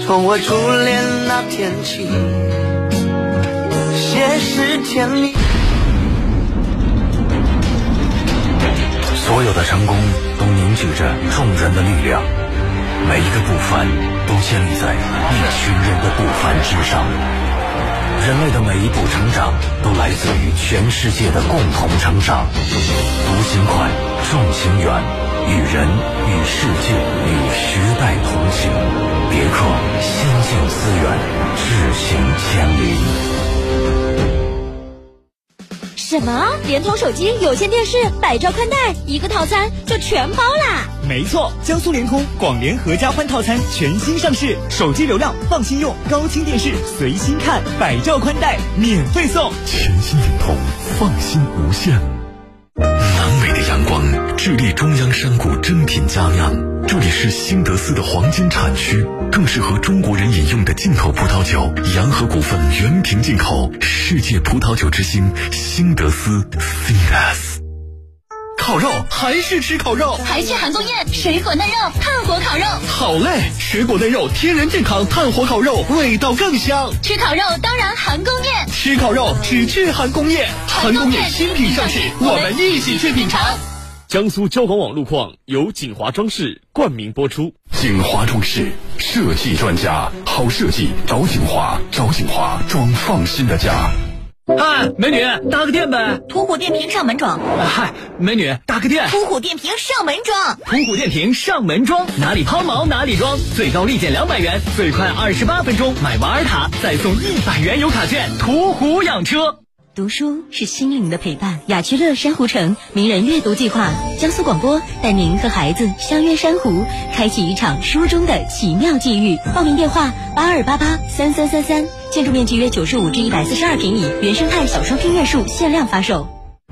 Speaker 7: 从我初恋那天起，些是甜蜜。
Speaker 8: 所有的成功都凝聚着众人的力量，每一个不凡都建立在一群人的不凡之上。人类的每一步成长都来自于全世界的共同成长。读心快，重情远，与人、与世界、与时代同行。别克先进资源，智行千里。
Speaker 9: 什么？联通手机、有线电视、百兆宽带，一个套餐就全包啦！
Speaker 10: 没错，江苏联通广联合家欢套餐全新上市，手机流量放心用，高清电视随心看，百兆宽带免费送。
Speaker 8: 全新影通，放心无限。南美的阳光，智利中央山谷珍品佳酿，这里是新德斯的黄金产区，更适合中国人饮用的进口葡萄酒。洋河股份原瓶进口，世界葡萄酒之星，新德斯 （Cindas）。烤肉还是吃烤肉，
Speaker 9: 还去韩宫宴，水果嫩肉、炭火烤肉，
Speaker 8: 好嘞！水果嫩肉，天然健康，炭火烤肉味道更香。
Speaker 9: 吃烤肉当然韩宫宴，
Speaker 8: 吃烤肉只去韩工业，
Speaker 9: 韩宫宴新品上市我们
Speaker 8: 一起去品
Speaker 9: 尝。
Speaker 10: 江苏交广网路况由锦华装饰冠名播出。
Speaker 8: 锦华装饰设计专家，好设计找锦华，找锦华装放心的家。
Speaker 10: 嗨，哎美女，搭个电呗。
Speaker 9: 途虎电瓶上门装，
Speaker 10: 嗨，美女，搭个电。
Speaker 9: 途虎电瓶上门装，
Speaker 10: 途虎电瓶上门装，哪里抛锚哪里装，最高立减两百元，最快二十八分钟买瓦尔塔再送一百元油卡券。途虎养车。
Speaker 9: 读书是心灵的陪伴。雅居乐珊瑚城名人阅读计划，江苏广播带您和孩子相约珊瑚，开启一场书中的奇妙际遇。报名电话：八二八八三三三三。建筑面积约九十五至一百四十二平米，原生态小双拼院墅限量发售。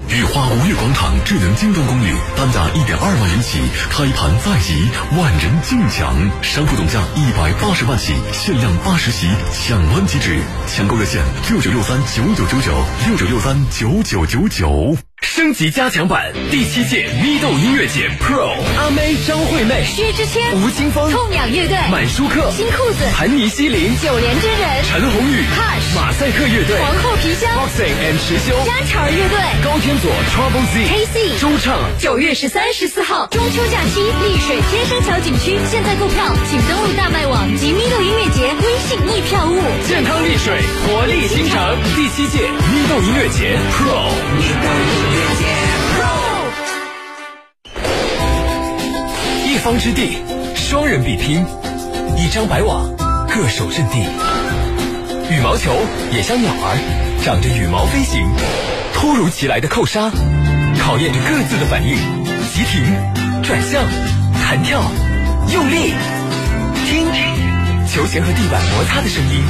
Speaker 8: 雨花五月广场智能精装公寓，单价一点二万元起，开盘在即，万人竞抢，商铺总价一百八十万起，限量八十席，抢完即止。抢购热线六九六三九九九九六九六三九九九九。
Speaker 10: 升级加强版第七届咪豆音乐节 Pro，阿妹张惠妹、
Speaker 9: 薛之谦
Speaker 10: 吴青峰、
Speaker 9: 痛仰乐队
Speaker 10: 满舒克、
Speaker 9: 新裤子
Speaker 10: 盘尼西林、
Speaker 9: 九连真人
Speaker 10: 陈鸿宇、
Speaker 9: Hush
Speaker 10: 马赛克乐队、
Speaker 9: 皇后皮箱
Speaker 10: Boxing and 池修、
Speaker 9: 家常乐队
Speaker 10: 高天佐、Trouble Z、
Speaker 9: KC
Speaker 10: 周畅。
Speaker 9: 九月十三、十四号，中秋假期，丽水天山桥景区现在购票，请登录大麦网及咪豆音乐节微信易票务。
Speaker 10: 健康丽水，活力新城。第七届咪豆音乐节 Pro，一方之地，双人比拼，一张白网，各守阵地。羽毛球也像鸟儿，长着羽毛飞行。突如其来的扣杀，考验着各自的反应。急停、转向、弹跳、用力。听，球鞋和地板摩擦的声音，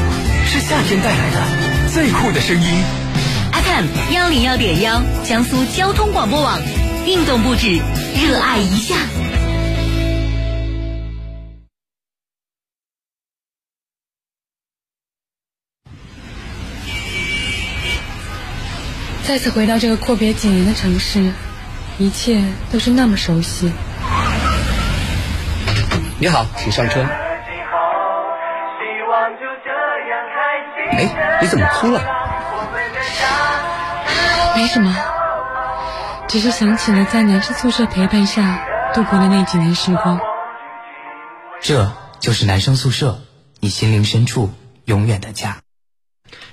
Speaker 10: 是夏天带来的最酷的声音。
Speaker 9: FM 幺零幺点幺，江苏交通广播网，运动不止，热爱一下。
Speaker 11: 再次回到这个阔别几年的城市，一切都是那么熟悉。
Speaker 3: 你好，请上车。哎，你怎么哭了？
Speaker 11: 没什么，只是想起了在男生宿舍陪伴下度过的那几年时光。
Speaker 7: 这就是男生宿舍，你心灵深处永远的家。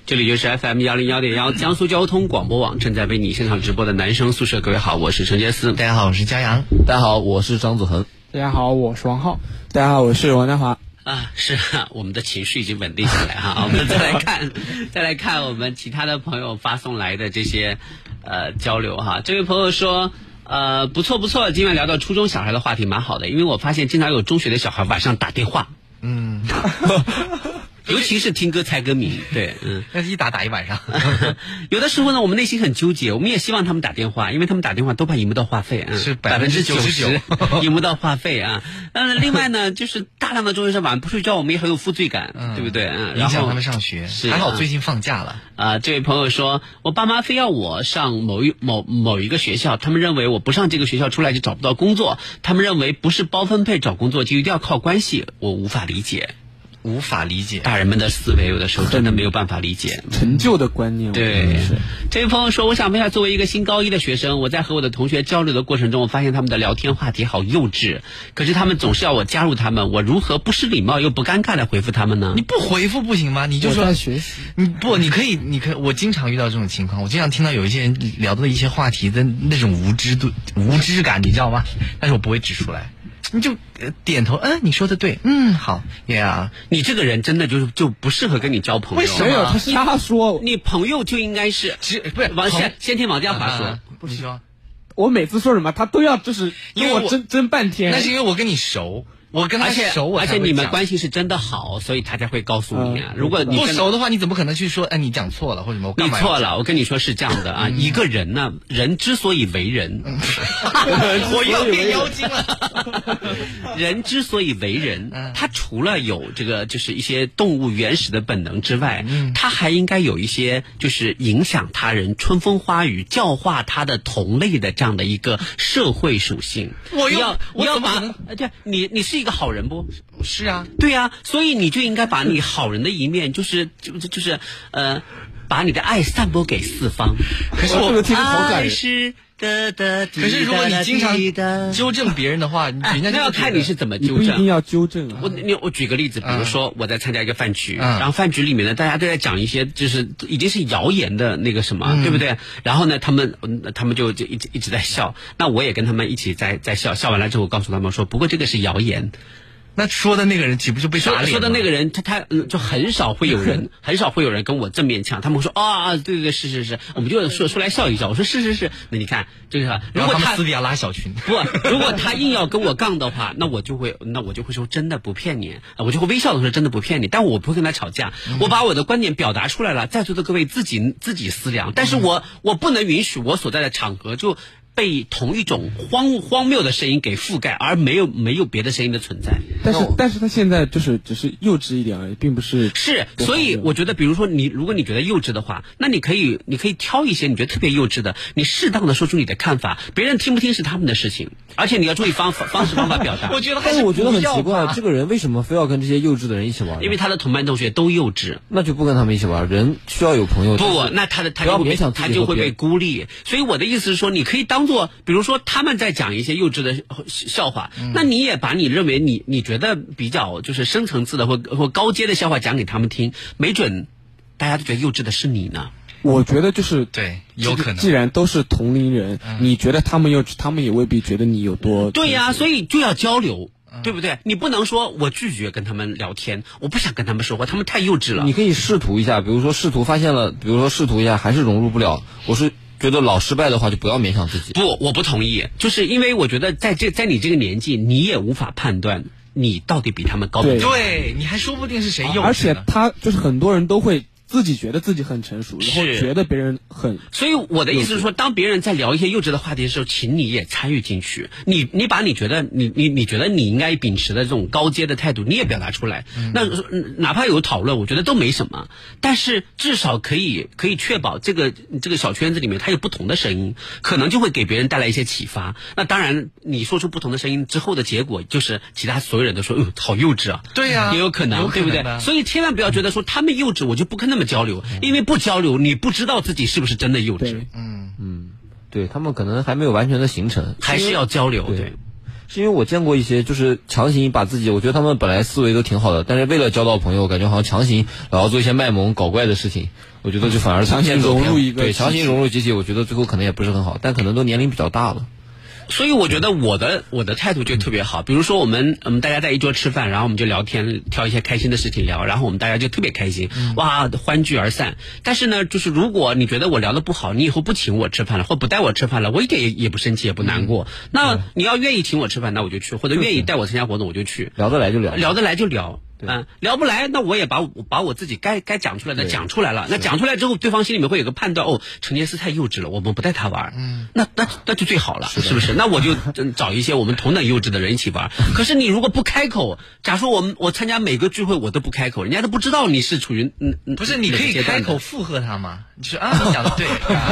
Speaker 1: 这里就是 FM 幺零幺点幺江苏交通广播网正在为你现场直播的男生宿舍，各位好，我是陈杰思，
Speaker 2: 大家好，我是佳阳，
Speaker 3: 大家好，我是张子恒，
Speaker 4: 大家好，我是王浩，
Speaker 5: 大家好，我是王家华。
Speaker 1: 啊，是啊，我们的情绪已经稳定下来哈、啊。 我们再来看，再来看我们其他的朋友发送来的这些呃交流哈、啊。这位朋友说，呃，不错不错，今晚聊到初中小孩的话题蛮好的，因为我发现经常有中学的小孩晚上打电话，嗯， 尤其是听歌猜歌名，对，嗯，
Speaker 2: 但是一打打一晚 上。
Speaker 1: 有的时候呢，我们内心很纠结，我们也希望他们打电话，因为他们打电话都怕赢不到话费啊，
Speaker 2: 是
Speaker 1: 百分之九十
Speaker 2: 九
Speaker 1: 赢不到话费啊。嗯，另外呢，就是大量的中学生晚上不睡觉，我们也很有负 罪感，嗯、对不对？嗯，
Speaker 2: 影响他们上学。
Speaker 1: 是嗯
Speaker 2: 还好最近放假了。
Speaker 1: 啊、呃，这位朋友说，我爸妈非要我上某一某某一个学校，他们认为我不上这个学校出来就找不到工作，他们认为不是包分配找工作就一定要靠关系，我无法理解。
Speaker 2: 无法理解
Speaker 1: 大人们的思维，有的时候真的没有办法理解
Speaker 5: 陈旧的观
Speaker 1: 嗯
Speaker 5: 念。
Speaker 1: 对，这位朋友说：“我想问一下，作为一个新高一的学生，我在和我的同学交流的过程中，我发现他们的聊天话题好幼稚，可是他们总是要我加入他们，我如何不失礼貌又不尴尬的回复他们呢？”
Speaker 2: 你不回复不行吗？你就说
Speaker 4: 在学习。
Speaker 2: 你不，你可以，你可以，我经常遇到这种情况，我经常听到有一些人聊的一些话题的那种无知度、无知感，你知道吗？但是我不会指出来。你就点头，嗯，你说的对，嗯，好呀。
Speaker 1: Yeah, 你这个人真的就是就不适合跟你交朋友。啊
Speaker 2: 为什么？
Speaker 5: 他是他说
Speaker 1: 你朋友就应该是
Speaker 2: 只呃不是
Speaker 1: 王先先听王家华说，啊、
Speaker 2: 不是说
Speaker 5: 我每次说什么他都要就是
Speaker 2: 因为
Speaker 5: 我争争半天。
Speaker 2: 那是因为我跟你熟。我跟他熟，我
Speaker 1: 而且你们关系是真的好，所以他才会告诉你啊。如果你
Speaker 2: 不熟的话，你怎么可能去说？哎，你讲错了或者什么？
Speaker 1: 你错了，我跟你说是这样的啊。一个人呢，人之所以为人，
Speaker 2: 我又变妖精 了。
Speaker 1: 人之所以为人，他除了有这个就是一些动物原始的本能之外，他还应该有一些就是影响他人、春风花雨、教化他的同类的这样的一个社会属性。
Speaker 2: 我
Speaker 1: 要
Speaker 2: 我
Speaker 1: 要把呃对，你你是。一个好人不？
Speaker 2: 是啊，
Speaker 1: 对呀、啊，所以你就应该把你好人的一面、就是，就是就就是呃，把你的爱散播给四方。
Speaker 5: 可是我听好感人。
Speaker 1: 是的的
Speaker 2: 可是如果你经常纠正别人的话，人家、哎、
Speaker 1: 那要看你是怎么纠正。
Speaker 5: 一定要纠正、啊。
Speaker 1: 我你我举个例子，比如说我在参加一个饭局，嗯、然后饭局里面呢，大家都在讲一些就是已经是谣言的那个什么，嗯、对不对？然后呢，他们他们就就一直一直在笑，那我也跟他们一起在在笑，笑完了之后告诉他们说，不过这个是谣言。
Speaker 2: 那说的那个人岂不是被打脸
Speaker 1: 说？说的那个人，他他嗯，就很少会有人，很少会有人跟我正面呛。他们会说啊、哦、啊，对对对，是是是，我们就说出来笑一笑。我说是是是，那你看这个，如果他
Speaker 2: 私底下拉小 群，
Speaker 1: 不，如果他硬要跟我杠的话，那我就会，那我就会说真的不骗你，啊我就会微笑的说真的不骗你，但我不会跟他吵架，嗯、我把我的观点表达出来了，在座的各位自己自己思量，但是我我不能允许我所在的场合就。被同一种荒荒谬的声音给覆盖，而没有没有别的声音的存在。
Speaker 5: 但是，但是他现在就是只是幼稚一点而已，并不是
Speaker 1: 是。所以我觉得，比如说你，如果你觉得幼稚的话，那你可以你可以挑一些你觉得特别幼稚的，你适当的说出你的看法，别人听不听是他们的事情，而且你要注意方方式方法表达。
Speaker 2: 我觉得还
Speaker 3: 但
Speaker 2: 是
Speaker 3: 我觉得很奇怪，这个人为什么非要跟这些幼稚的人一起玩？
Speaker 1: 因为他的同班同学都幼稚，
Speaker 3: 那就不跟他们一起玩。人需要有朋友。
Speaker 1: 不，那他的他就
Speaker 3: 不要勉强自
Speaker 1: 己，他就会被孤立。所以我的意思是说，你可以当。当做，比如说他们在讲一些幼稚的笑话，嗯、那你也把你认为你你觉得比较就是深层次的或或高阶的笑话讲给他们听，没准大家都觉得幼稚的是你呢。
Speaker 5: 我觉得就是
Speaker 2: 对，有可能。
Speaker 5: 既然都是同龄人，嗯、你觉得他们幼稚，他们也未必觉得你有多。
Speaker 1: 对呀、啊，所以就要交流。对不对？你不能说我拒绝跟他们聊天，我不想跟他们说话，他们太幼稚了。
Speaker 3: 你可以试图一下，比如说试图发现了，比如说试图一下还是融入不了，我是觉得老失败的话就不要勉强自己。
Speaker 1: 不，我不同意，就是因为我觉得在这在你这个年纪，你也无法判断你到底比他们高多
Speaker 5: 少。
Speaker 2: 对，你还说不定是谁幼稚、啊。
Speaker 5: 而且他就是很多人都会。自己觉得自己很成熟，然后觉得别人很，
Speaker 1: 所以我的意思是说，当别人在聊一些幼稚的话题的时候，请你也参与进去。你你把你觉得你你你觉得你应该秉持的这种高阶的态度，你也表达出来。嗯、那哪怕有讨论，我觉得都没什么，但是至少可以可以确保这个这个小圈子里面它有不同的声音，可能就会给别人带来一些启发。那当然，你说出不同的声音之后的结果，就是其他所有人都说，嗯，好幼稚啊。
Speaker 2: 对呀、啊，
Speaker 1: 也有可
Speaker 2: 可
Speaker 1: 能，
Speaker 2: 能
Speaker 1: 对不对？所以千万不要觉得说他们幼稚，我就不跟他们。交流，因为不交流，你不知道自己是不是真的幼稚。
Speaker 3: 嗯嗯，对他们可能还没有完全的形成，
Speaker 1: 还是要交流。
Speaker 3: 对，是因为我见过一些就是强行把自己，我觉得他们本来思维都挺好的，但是为了交到朋友，感觉好像强行老要做一些卖萌搞怪的事情。我觉得就反而
Speaker 5: 强行融入一个
Speaker 3: 对强行融入集体，我觉得最后可能也不是很好，但可能都年龄比较大了。
Speaker 1: 所以我觉得我的我的态度就特别好，比如说我们我们大家在一桌吃饭，然后我们就聊天，挑一些开心的事情聊，然后我们大家就特别开心，哇，欢聚而散。但是呢，就是如果你觉得我聊的不好，你以后不请我吃饭了，或不带我吃饭了，我一点也也不生气，也不难过。那你要愿意请我吃饭，那我就去；或者愿意带我参加活动，我就去。
Speaker 3: 聊得来就聊，
Speaker 1: 聊得来就聊。嗯，聊不来，那我也把我把我自己该该讲出来的讲出来了。那讲出来之后，对方心里面会有个判断，哦，陈杰斯太幼稚了，我们不带他玩。嗯，那那那就最好了，是不是？那我就嗯找一些我们同等幼稚的人一起 玩。可是你如果不开口，假如说我们我参加每个聚会我都不开口，人家都不知道你是处于嗯嗯
Speaker 2: 不是，你可以开口 附和他嘛？你说啊，你讲的对，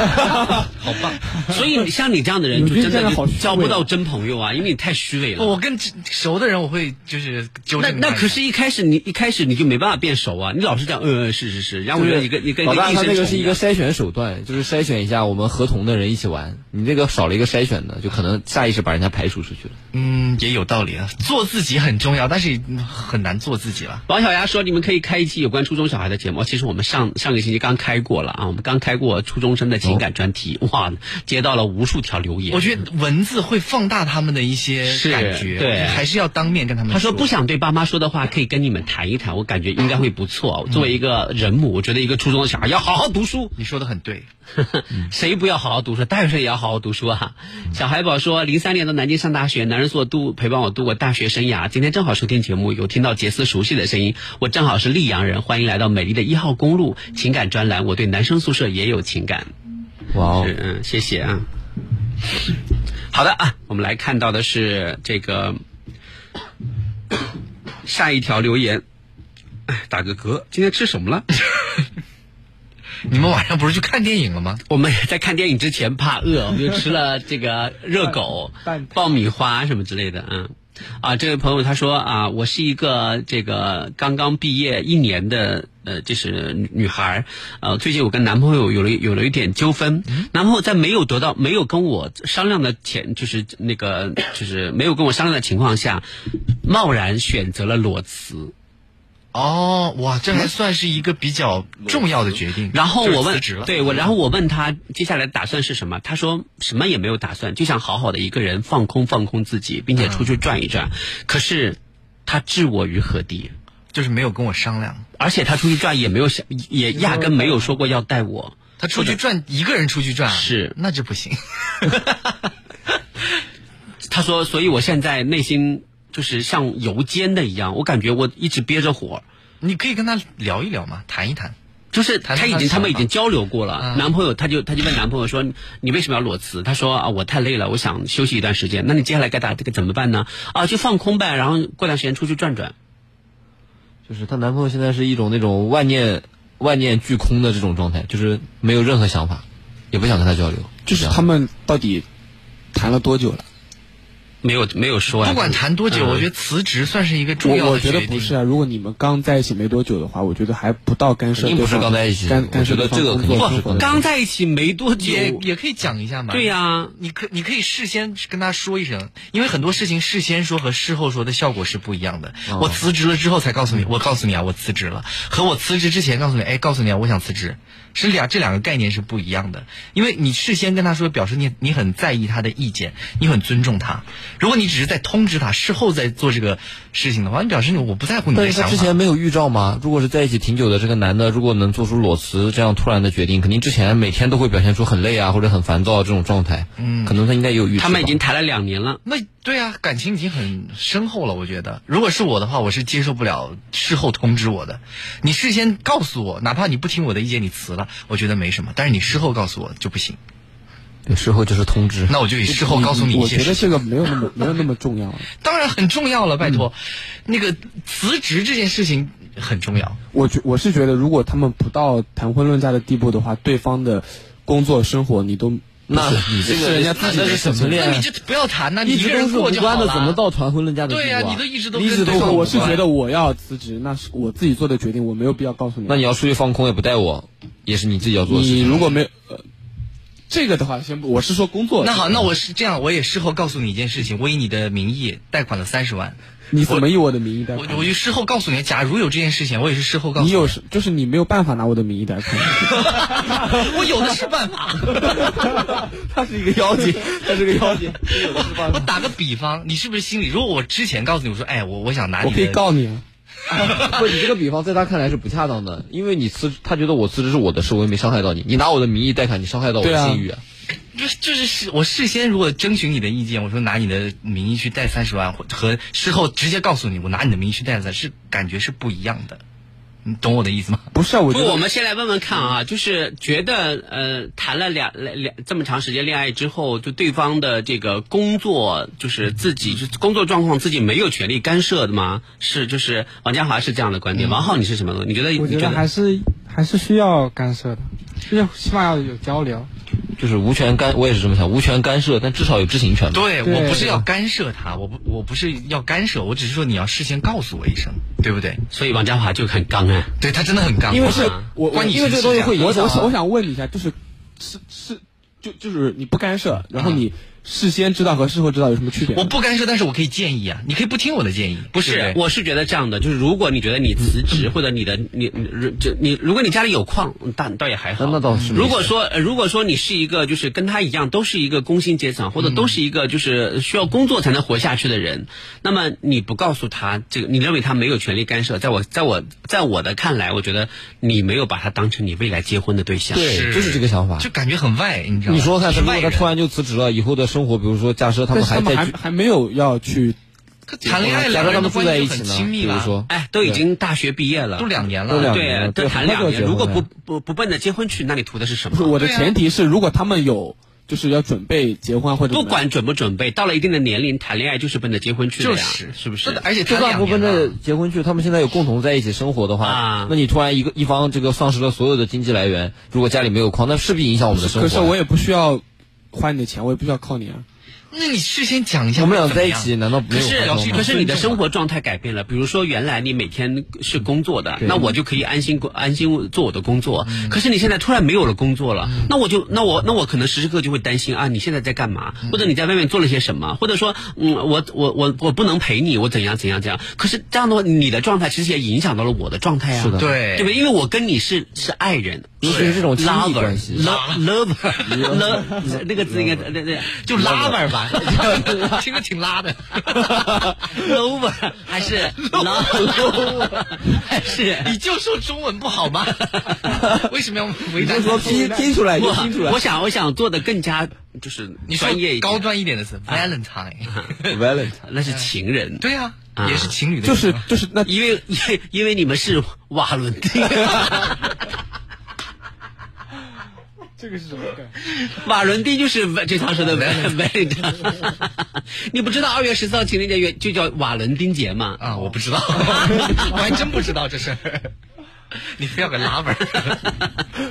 Speaker 2: 好棒。
Speaker 1: 所以像你这样的人，就真的就交不到真朋友啊，因为你太虚伪了。
Speaker 2: 我跟熟的人，我会就是纠
Speaker 1: 正。那那可是一开始。是你一开始你就没办法变熟啊，你老是讲嗯是是是，然后我觉得你跟你跟
Speaker 3: 老大他那个是一个
Speaker 1: 筛
Speaker 3: 选手段，就是筛选一下我们合同的人一起玩，你这个少了一个筛选的，就可能下意识把人家排除出去了。
Speaker 2: 嗯，也有道理啊，做自己很重要，但是很难做自己了。
Speaker 1: 王小牙说，你们可以开一期有关初中小孩的节目，哦其实我们上上个星期刚开过了啊，我们刚开过初中生的情感专题，哦、哇，接到了无数条留言。
Speaker 2: 我觉得文字会放大他们的一些感觉，
Speaker 1: 对，
Speaker 2: 还是要当面跟他们
Speaker 1: 说。他说不想对爸妈说的话，可以跟你。你们谈一谈，我感觉应该会不错。哦作为一个人母，我觉得一个初中的小孩要好好读书。
Speaker 2: 你说的很对，
Speaker 3: 嗯
Speaker 1: 谁不要好好读书？大学生也要好好读书啊！小海宝说，零三年到南京上大学，男人所度陪伴我度过大学生涯。今天正好收听节目，有听到杰斯熟悉的声音。我正好是溧阳人，欢迎来到美丽的一号公路情感专栏。我对男生宿舍也有情感。
Speaker 3: 哇哦，
Speaker 1: 嗯，谢谢啊。好的啊，我们来看到的是这个。下一条留言，哎，打个嗝，今天吃什么了？
Speaker 2: 你们晚上不是去看电影了吗？
Speaker 1: 我们在看电影之前怕饿，我们就吃了这个热狗、爆米花什么之类的啊。啊，这位朋友他说啊，我是一个这个刚刚毕业一年的呃，就是女孩呃，最近我跟男朋友有了有了一点纠纷，男朋友在没有得到没有跟我商量的前，就是那个就是没有跟我商量的情况下，贸然选择了裸辞。
Speaker 2: 哦，哇，这还算是一个比较重要的决定。
Speaker 1: 然后我问，对
Speaker 2: 嗯
Speaker 1: 我，然后我问他接下来的打算是什么？他说什么也没有打算，就想好好的一个人放空放空自己，并且出去转一转。嗯、可是他置我于何地？
Speaker 2: 就是没有跟我商量，
Speaker 1: 而且他出去转也没有想，也压根没有说过要带我。
Speaker 2: 他出去转，一个人出去转
Speaker 1: 是，
Speaker 2: 那这不行。
Speaker 1: 他说，所以我现在内心。就是像油煎的一样，我感觉我一直憋着火。
Speaker 2: 你可以跟他聊一聊嘛，谈一谈。
Speaker 1: 就是他已经他们已经交流过了，
Speaker 2: 啊
Speaker 1: 嗯、男朋友他就他就问男朋友说你为什么要裸辞？他说啊我太累了，我想休息一段时间。那你接下来该打这个怎么办呢？啊就放空呗，然后过段时间出去转转。
Speaker 3: 就是她男朋友现在是一种那种万念万念俱空的这种状态，就是没有任何想法，也不想跟他交流。
Speaker 5: 就是他们到底谈了多久了？
Speaker 1: 没有没有说、啊，
Speaker 2: 不管谈多久，嗯、我觉得辞职算是一个重要
Speaker 5: 我。
Speaker 2: 的
Speaker 5: 我觉得不是啊，如果你们刚在一起没多久的话，我觉得还不到干涉。
Speaker 3: 并不是刚在一起，
Speaker 5: 干干涉
Speaker 3: 的这个
Speaker 1: 不刚在一起没多久，
Speaker 2: 也也可以讲一下嘛。
Speaker 1: 对呀、啊，
Speaker 2: 你可你可以事先跟他说一声，因为很多事情事先说和事后说的效果是不一样的。哦、我辞职了之后才告诉你，我告诉你啊，我辞职了，和我辞职之前告诉你，哎，告诉你啊，我想辞职。是俩这两个概念是不一样的，因为你事先跟他说，表示你你很在意他的意见，你很尊重他。如果你只是在通知他，事后再做这个事情的话，你表示我不在乎你的想
Speaker 3: 法。但是之前没有预兆吗？如果是在一起挺久的这个男的，如果能做出裸辞这样突然的决定，肯定之前每天都会表现出很累啊或者很烦躁这种状态。嗯，可能他应该有预。
Speaker 1: 他们已经谈了两年了。
Speaker 2: 那对啊，感情已经很深厚了。我觉得，如果是我的话，我是接受不了事后通知我的。你事先告诉我，哪怕你不听我的意见，你辞了。我觉得没什么，但是你事后告诉我就不行。
Speaker 3: 事后就是通知，
Speaker 2: 嗯那我就以事后告诉你一
Speaker 5: 些我觉得这个没有那么没有那么重要。
Speaker 2: 当然很重要了，拜托，嗯、那个辞职这件事情很重要。
Speaker 5: 我觉我是觉得，如果他们不到谈婚论嫁的地步的话，对方的工作生活你都。
Speaker 3: 那
Speaker 5: 你
Speaker 3: 这个
Speaker 5: 人家自己
Speaker 3: 是什么恋爱？
Speaker 2: 那你就不要谈那、啊、
Speaker 3: 一
Speaker 2: 个人过就好
Speaker 3: 了。怎么到谈婚论嫁的
Speaker 2: 对
Speaker 3: 呀、
Speaker 2: 啊，你都一直都
Speaker 5: 一直
Speaker 2: 都。
Speaker 5: 我是觉得我要辞职，那是我自己做的决定，我没有必要告诉你。
Speaker 3: 那你要出去放空也不带我，也是你自己要做的事情。
Speaker 5: 你如果没有、呃，这个的话，先不，我是说工作。
Speaker 2: 那好，那我是这样，我也事后告诉你一件事情，我以你的名义贷款了三十万。
Speaker 5: 你怎么以我的名义贷
Speaker 2: 我
Speaker 5: 款？
Speaker 2: 我就事后告诉你，假如有这件事情，我也是事后告诉
Speaker 5: 你有什，就是你没有办法拿我的名义贷款。
Speaker 2: 我有的是办法。
Speaker 5: 他是一 个妖精，他是个妖精。
Speaker 2: 我我打个比方，你是不是心里？如果我之前告诉你，我说，哎，我我想拿你
Speaker 3: 我
Speaker 2: 的，
Speaker 3: 可以告
Speaker 5: 你啊。
Speaker 3: 不，你这个比方在他看来是不恰当的，因为你辞，他觉得我辞职是我的事，我又没伤害到你，你拿我的名义贷款，你伤害到我的信誉啊。
Speaker 2: 就是就是是我事先如果征询你的意见，我说拿你的名义去贷三十万，或和事后直接告诉你我拿你的名义去贷三是感觉是不一样的，你懂我的意思吗？
Speaker 5: 不是啊，
Speaker 1: 不，我们先来问问看啊，就是觉得呃，谈了两两两这么长时间恋爱之后，就对方的这个工作，就是自己就工作状况自己没有权利干涉的吗？是，就是王嘉华是这样的观点，王浩你是什么呢？你觉得？
Speaker 4: 啊我
Speaker 1: 你
Speaker 4: 觉得还是还是需要干涉的，就是起码要有交流。
Speaker 3: 就是无权干，我也是这么想，无权干涉，但至少有知情权吧。
Speaker 2: 对我不是要干涉他，我不我不是要干涉，我只是说你要事先告诉我一声，对不对？
Speaker 1: 所以王嘉华就很刚哎，
Speaker 2: 对他真的很刚，
Speaker 5: 因为是
Speaker 2: 我想
Speaker 5: 我我
Speaker 2: 啊关你
Speaker 5: 因为这个东西会影响。我想我
Speaker 2: 我
Speaker 5: 想问你一下，就是是是就就是你不干涉，然后你事先知道和事后知道有什么区别吗？
Speaker 2: 我不干涉，但是我可以建议啊，你可以不听我的建议，
Speaker 1: 不
Speaker 2: 对
Speaker 1: 是
Speaker 2: 对，
Speaker 1: 我是觉得这样的，就是如果你觉得你辞职或者你的你你就你，如果你家里有矿，但倒也还好。
Speaker 3: 那倒是没事。
Speaker 1: 如果说呃如果说你是一个就是跟他一样都是一个工薪阶层，或者都是一个就是需要工作才能活下去的人，那么你不告诉他这个，你认为他没有权利干涉，在我在我在我的看来，我觉得你没有把他当成你未来结婚的对象。
Speaker 3: 对
Speaker 2: 是
Speaker 3: 就是这个想法
Speaker 2: 就感觉很外，你知道吗？
Speaker 3: 你说看，
Speaker 2: 是
Speaker 3: 如
Speaker 2: 外
Speaker 3: 果他
Speaker 2: 人
Speaker 3: 突然就辞职了，以后的生活，比如说假设他
Speaker 5: 但
Speaker 3: 们
Speaker 5: 是
Speaker 3: 还
Speaker 5: 他们
Speaker 3: 在
Speaker 5: 还
Speaker 3: 居，
Speaker 5: 还没有要去
Speaker 2: 谈恋爱
Speaker 3: 假设
Speaker 2: 两个
Speaker 3: 他
Speaker 2: 人的
Speaker 3: 们住
Speaker 2: 关系
Speaker 3: 在一
Speaker 2: 就
Speaker 3: 起
Speaker 2: 很
Speaker 3: 呢，
Speaker 2: 亲密
Speaker 3: 比如
Speaker 2: 了，
Speaker 3: 说，
Speaker 1: 哎，都已经大学毕业了，
Speaker 2: 都两年
Speaker 3: 都
Speaker 2: 了，
Speaker 3: 两
Speaker 2: 对
Speaker 3: 年
Speaker 1: 对
Speaker 3: 了，
Speaker 1: 都
Speaker 3: 对
Speaker 1: 谈
Speaker 3: 很快就
Speaker 1: 两
Speaker 3: 要
Speaker 1: 年，
Speaker 3: 结
Speaker 1: 如
Speaker 3: 婚
Speaker 1: 果
Speaker 3: 了
Speaker 1: 不
Speaker 3: 呀
Speaker 1: 不不奔着结婚去，那你图的是什
Speaker 5: 不
Speaker 1: 么
Speaker 5: 是？我的
Speaker 2: 对啊
Speaker 5: 前提是，如果他们有就是要准备结婚或者
Speaker 1: 不管准不准备，到了一定的年龄谈恋爱就是奔着结婚去的
Speaker 2: 就
Speaker 1: 呀，
Speaker 2: 是
Speaker 1: 是不
Speaker 2: 真
Speaker 1: 是
Speaker 2: 的？而且
Speaker 3: 就
Speaker 2: 谈
Speaker 3: 算
Speaker 2: 两
Speaker 3: 不
Speaker 2: 年
Speaker 3: 跟
Speaker 2: 了
Speaker 3: 着。结婚去，他们现在有共同在一起生活的话，
Speaker 1: 啊
Speaker 3: 那你突然一个一方这个丧失了所有的经济来源，如果家里没有矿，那势必影响我们的生活。
Speaker 5: 可是我也不需要花你的钱，我也不需要靠你啊。
Speaker 2: 那你事先讲一下，
Speaker 3: 我们俩在一起，。难道没
Speaker 1: 可
Speaker 3: 有
Speaker 1: 是
Speaker 3: 快乐吗？
Speaker 1: 可是你的生活状态改变了，比如说原来你每天是工作的，那我就可以安心工安心做我的工作。
Speaker 3: 嗯
Speaker 1: 可是你现在突然没有了工作了，那我就那我那我可能时时刻刻就会担心啊，你现在在干嘛？
Speaker 3: 嗯
Speaker 1: 或者你在外面做了些什么？或者说，嗯，我我我我不能陪你，我怎样怎样怎样？可是这样的话，你的状态其实也影响到了我的状态啊。
Speaker 3: 是的
Speaker 2: 对
Speaker 1: 对不对？因为我跟你是是爱人，
Speaker 3: 尤其是这种亲密
Speaker 1: lover
Speaker 3: 关系
Speaker 1: love love 那个字应该对对，
Speaker 2: 就拉吧 吧，听着挺拉的。
Speaker 1: lover 还是 lover 还是
Speaker 2: 你就说中文不好吗？ 为什么要为
Speaker 3: 你就
Speaker 2: 难
Speaker 3: 说
Speaker 2: 自己？
Speaker 3: 拼拼出来就拼出
Speaker 1: 我
Speaker 3: 来
Speaker 1: 我想我想做的更加就是
Speaker 2: 你说
Speaker 1: 专业一点
Speaker 2: 高，端一点的
Speaker 3: 啊
Speaker 2: 词，Valentine。
Speaker 3: ，Valentine。
Speaker 1: 那是情人，
Speaker 2: 对啊
Speaker 1: 啊，
Speaker 2: 也是情侣的意
Speaker 5: 就
Speaker 2: 思
Speaker 5: 是
Speaker 2: 嘛，
Speaker 5: 就是那
Speaker 1: 因为因为因为你们是瓦伦蒂，
Speaker 4: 这个是什么梗？
Speaker 1: 瓦伦蒂就是最常说的 Valentine，你 不知道二月十四号情人节原就叫瓦伦丁节吗？
Speaker 2: 啊，我不 知道，我还真不知道这事儿。 你非要给拉文儿，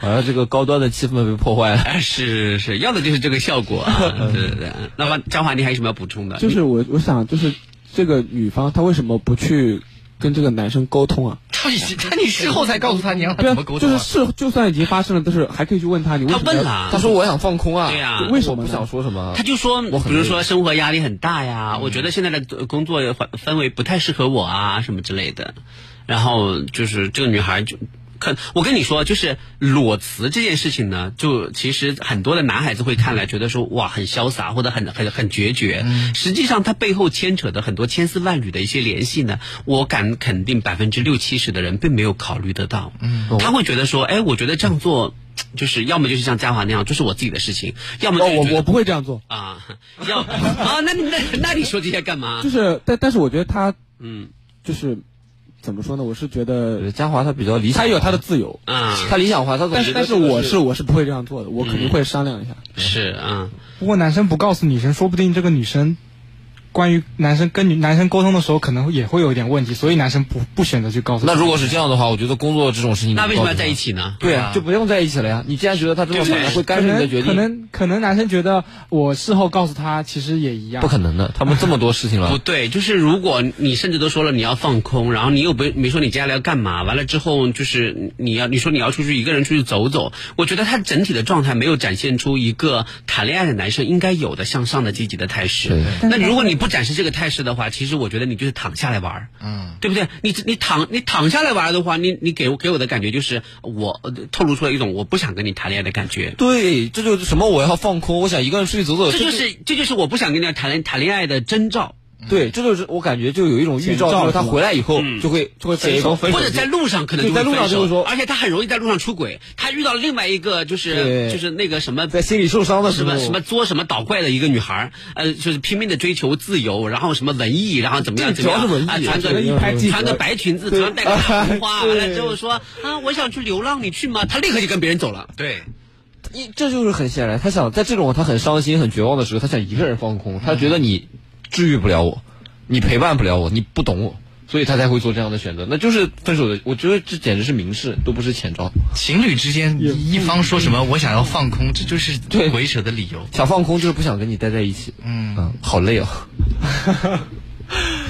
Speaker 3: 好哎像这个高端的气氛被破坏了。
Speaker 1: 哎， 是是是，要的就是这个效果 啊！对对对。那么张华，你还有什么要补充的？
Speaker 5: 就是我我想就是这个女方她为什么不去跟这个男生沟通啊？
Speaker 2: 到底是那你事后才告诉他，你让他
Speaker 5: 对
Speaker 2: 怎
Speaker 5: 啊
Speaker 2: 么沟，
Speaker 5: 就
Speaker 2: 通
Speaker 5: 是
Speaker 2: 啊？
Speaker 5: 是就算已经发生了，但是还可以去问他，你为什
Speaker 1: 他
Speaker 5: 么要
Speaker 1: 问了，
Speaker 3: 他说我想放空啊，
Speaker 1: 对呀
Speaker 3: 为
Speaker 5: 为
Speaker 3: 什
Speaker 5: 什
Speaker 3: 么
Speaker 5: 么
Speaker 3: 不
Speaker 5: 呢
Speaker 3: 想说什么？啊
Speaker 1: 他就说，
Speaker 3: 我很
Speaker 1: 比如说生活压力很大呀，我觉得现在的呃工作环氛围不太适合我啊，什么之类的。然后就是这个女孩就。可我跟你说，就是裸辞这件事情呢，就其实很多的男孩子会看来觉得说哇很潇洒或者很很很决绝，实际上它背后牵扯的很多千丝万缕的一些联系呢，我敢肯定百分之六七十的人并没有考虑得到。嗯，他会觉得说，哎，我觉得这样做，就是要么就是像嘉华那样，就是我自己的事情，要么就
Speaker 5: 哦，
Speaker 1: 是觉
Speaker 5: 我
Speaker 1: 得
Speaker 5: 我不会这样做，
Speaker 1: 啊，要啊，那你那那你说这些干嘛
Speaker 5: 就？是但但是我觉得他
Speaker 1: 啊嗯
Speaker 5: 就是怎么说呢？我是觉
Speaker 3: 我觉
Speaker 5: 得
Speaker 3: 得嘉华他比较理想，
Speaker 5: 他有他的自由，
Speaker 1: 啊，
Speaker 3: 他呃理想化，他总
Speaker 5: 但
Speaker 3: 觉
Speaker 5: 是
Speaker 3: 得
Speaker 5: 但是
Speaker 3: 这个
Speaker 5: 我是我是不会这样做的，我肯定会商量一下。
Speaker 1: 是啊，
Speaker 4: 不过男生不告诉女生，说不定这个女生关于男生跟女男生沟通的时候，可能也会有一点问题，所以男生不不选择去告诉。
Speaker 3: 那如果是这样的话，我觉得工作这种事情，
Speaker 1: 那为什么要在一起呢？
Speaker 3: 对啊，就不用在一起了呀。你既然觉得他这种可能会干涉你的决定，
Speaker 4: 可能可能男生觉得我事后告诉他，其实也一样。
Speaker 3: 不可能的，他们这么多事情了。
Speaker 1: 不对，就是如果你甚至都说了你要放空，然后你又不没说你接下来要干嘛，完了之后就是你要你说你要出去一个人出去走走，我觉得他整体的状态没有展现出一个谈恋爱的男生应该有的向上的积极的态势。那如果你不展示这个态势的话，其实我觉得你就是躺下来玩儿，嗯，对不对？你你躺你躺下来玩儿的话，你你给我给我的感觉就是我呃透露出来一种我不想跟你谈恋爱的感觉。
Speaker 3: 对，这就是什么？我要放空，我想一个人出去走走。
Speaker 1: 这就是这就是我不想跟你谈恋谈恋爱的征兆。
Speaker 3: 对，这就是我感觉就有一种预兆，就是他回来以后就会就会写一封分手，
Speaker 1: 或者在路上可能
Speaker 3: 在路上
Speaker 1: 就
Speaker 3: 会说，
Speaker 1: 而且他很容易在路上出轨。他遇到另外一个就是就是那个什么，
Speaker 3: 在心理受伤的
Speaker 1: 什么什么作什么倒怪的一个女孩，呃，就是拼命的追求自由，然后什么文艺，然后怎么样怎么样啊，穿个穿个白裙子，头上戴个 大红花，完了之后说啊，我想去流浪，你去吗？他立刻就跟别人走了。
Speaker 2: 对。
Speaker 3: 一这就是很显然，他想在这种他很伤心、很绝望的时候，他想一个人放空，他觉得你。治愈不了我，你陪伴不了我，你不懂我，所以他才会做这样的选择，那就是分手的。我觉得这简直是明示，都不是前兆。
Speaker 2: 情侣之间，一方说什么我想要放空，这就是对鬼扯的理由。
Speaker 3: 想放空就是不想跟你待在一起。嗯，嗯好累哦。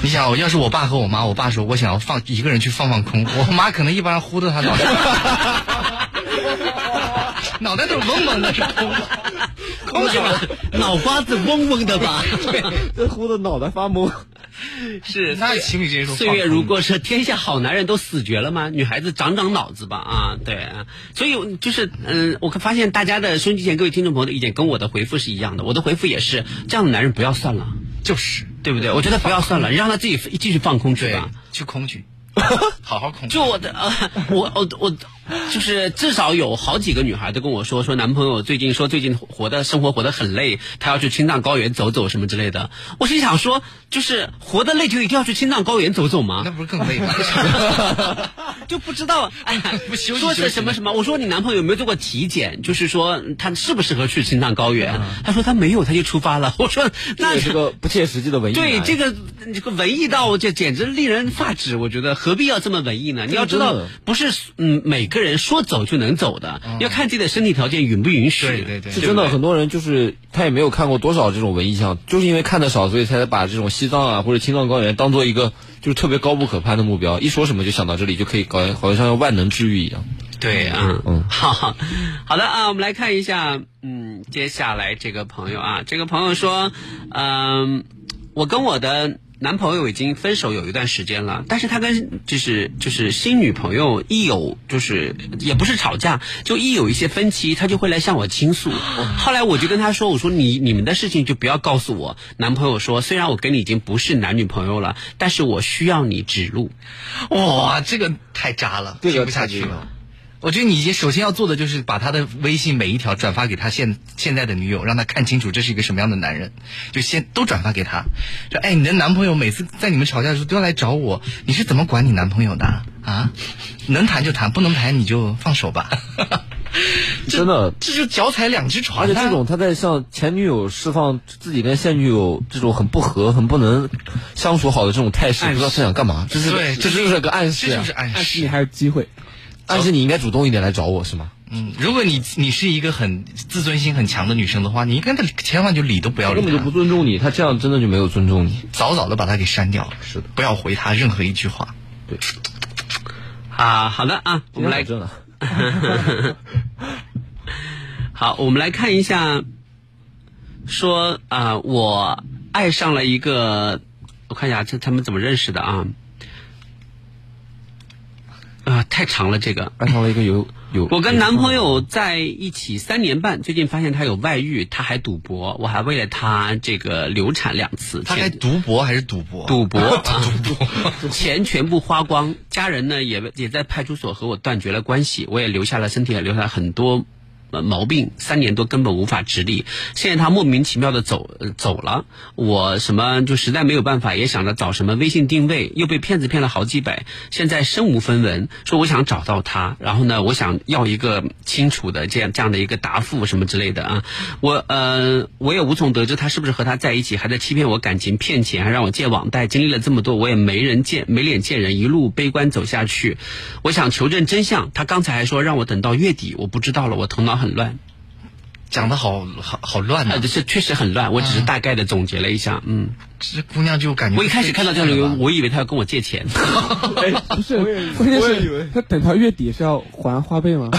Speaker 2: 你想，要是我爸和我妈，我爸说我想要放一个人去放放空， 我妈可能一巴掌呼到他脑袋， 脑袋都是嗡嗡的，是空的。
Speaker 1: 空是吧？脑瓜子嗡嗡的吧？
Speaker 3: 对，这呼的脑袋发懵。
Speaker 1: 是，
Speaker 2: 那情侣之间
Speaker 1: 岁月如歌是天下好男人都死绝了吗？女孩子长长脑子吧啊，对，所以就是嗯，我发现大家的收音机前各位听众朋友的意见跟我的回复是一样的，我的回复也是这样的男人不要算了，
Speaker 2: 就是
Speaker 1: 对不对？我觉得不要算了，让他自己继续放空去吧，
Speaker 2: 去空 去。好好恐
Speaker 1: 就我的啊、呃，我我我，就是至少有好几个女孩都跟我说，说男朋友最近说最近活的生活活得很累，他要去青藏高原走走什么之类的。我心想说，就是活得累就一定要去青藏高原走走吗？
Speaker 2: 那不是更 累吗？
Speaker 1: 就不知道哎，说是什么什么？我说你男朋友有没有做过体检？就是说他适不适合去青藏高原？嗯、他说他没有，他就出发了。 我说 那
Speaker 3: 这个不切实际的文艺，
Speaker 1: 对这个这个文艺到这简直令人发指，我觉得。何必要这么文艺呢？你要知道，不是嗯每个人说走就能走的，嗯、要看自己的身体条件允不允许。
Speaker 2: 对对对，
Speaker 3: 是真的。很多人就是他也没有看过多少这种文艺项，就是因为看的少，所以才把这种西藏啊或者青藏高原当做一个就是特别高不可攀的目标。一说什么就想到这里，就可以搞好像万能治愈一样。
Speaker 1: 对啊，嗯，好好的啊，我们来看一下，嗯，接下来这个朋友啊，这个朋友说，嗯、呃，我跟我的。男朋友已经分手有一段时间了，但是他跟就是就是新女朋友一有就是也不是吵架，就一有一些分歧，他就会来向我倾诉。后来我就跟他说：“我说你你们的事情就不要告诉我。”男朋友说：“虽然我跟你已经不是男女朋友了，但是我需要你指路。”
Speaker 2: 哇，这个太渣了，听不下去了。我觉得你首先要做的就是把他的微信每一条转发给他现现在的女友，让他看清楚这是一个什么样的男人，就先都转发 给他。说，哎，你的男朋友每次在你们吵架的时候都要来找我，你是怎么管你男朋友的啊？能谈就谈，不能谈你就放手吧。
Speaker 3: 真的，
Speaker 2: 这就脚踩两只
Speaker 3: 而
Speaker 2: 船。
Speaker 3: 且这种他在向前女友释放自己跟现女友这种很不和、很不能相处好的这种态势，不知道他想干嘛。这是
Speaker 2: 对，
Speaker 3: 这就是个暗示、
Speaker 2: 啊，这就是暗示，
Speaker 5: 暗示你还有机会。
Speaker 3: 但是你应该主动一点来找我，是吗？
Speaker 2: 嗯，如果你你是一个很自尊心很强的女生的话，你应该千万就理都不要
Speaker 3: 他，
Speaker 2: 理
Speaker 3: 根本就不尊重你，他这样真的就没有尊重你，
Speaker 2: 早早的把他给删掉，
Speaker 3: 是的，
Speaker 2: 不要回他任何一句话。
Speaker 3: 对，
Speaker 1: 啊，好的啊，我们来，
Speaker 3: 真的，
Speaker 1: 好，我们来看一下，说啊、呃，我爱上了一个，我看一下这他们怎么认识的啊。啊、呃，太长了，这个
Speaker 3: 爱上了一个有有。
Speaker 1: 我跟男朋友在一起三年半，最近发现他有外遇，他还赌博，我还为了他这个流产两次。
Speaker 2: 他还赌博还是赌博？
Speaker 1: 赌 博，
Speaker 2: 赌博，
Speaker 1: 钱全部花光，家人呢也也在派出所和我断绝了关系，我也留下了身体也留下了很多。呃毛病，三年多根本无法直立。现在他莫名其妙的走呃走了，我什么就实在没有办法，也想着找什么微信定位，又被骗子骗了好几百，现在身无分文。说我想找到他，然后呢，我想要一个清楚的这样这样的一个答复什么之类的啊。我呃，我也无从得知他是不是和他在一起，还在欺骗我感情、骗钱，还让我借网贷。经历了这么多，我也没人见，没脸见人，一路悲观走下去。我想求证真相。他刚才还说让我等到月底，我不知道了，我头脑很乱。
Speaker 2: 讲的好好好乱
Speaker 1: 啊！这、确实很乱，我只是大概的总结了一下。嗯，
Speaker 2: 这姑娘就感觉
Speaker 1: 我一开始看到这
Speaker 2: 被
Speaker 1: 里
Speaker 2: 骗 了吧，
Speaker 1: 我以为他要跟我借钱。
Speaker 5: 不是，关键是他等到月底是要还花呗吗？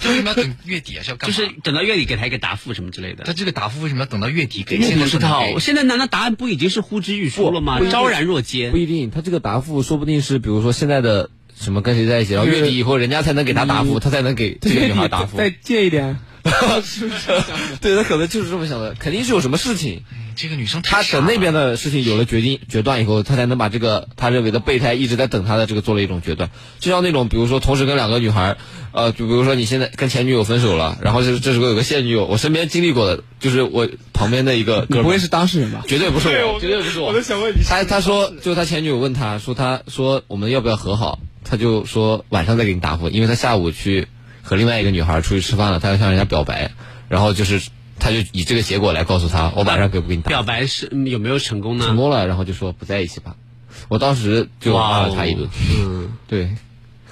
Speaker 2: 这为什么要等月底啊？是要干
Speaker 1: 就
Speaker 2: 嘛？
Speaker 1: 是等到月底给他一个答复什么之类的
Speaker 2: 他。这个答复为什么要等到月底给？
Speaker 1: 我
Speaker 2: 现在
Speaker 1: 不知道，
Speaker 2: 不能给
Speaker 1: 现在难道答案不已经是呼之欲出了吗
Speaker 3: 不不？一定
Speaker 1: 昭然若揭
Speaker 3: 不。一定，他这个答复说不定是比如说现在的什么跟谁在一起，然后月底以后人家才能给他答复，他才能给这个女孩答复。
Speaker 5: 再借一点，
Speaker 3: 对他可能就是这么想的，肯定是有什么事情，
Speaker 2: 哎这个女生
Speaker 3: 他
Speaker 2: 太傻
Speaker 3: 等
Speaker 2: 了
Speaker 3: 那边的事情有了决定决断以后，他才能把这个他认为的备胎一直在等他的这个做了一种决断。就像那种比如说同时跟两个女孩，呃，就比如说你现在跟前女友分手了，然后这这时候有个现女友，我身边经历过的，就是我旁边的一个
Speaker 5: 你不
Speaker 3: 哥们
Speaker 5: 会
Speaker 3: 儿。
Speaker 5: 是当事人吧？
Speaker 3: 绝对不是我，绝对不是我。我都想问你，他他说，就他前女友问他说，他说我们要不要和好？他就说晚上再给你答复，因为他下午去和另外一个女孩出去吃饭了，他要向人家表白，然后就是他就以这个结果来告诉他，我晚上给不给你答复
Speaker 1: 表白是嗯有没有成功呢？
Speaker 3: 成功了，然后就说不在一起吧。我当时就骂了他一顿。
Speaker 1: 嗯，
Speaker 3: 对，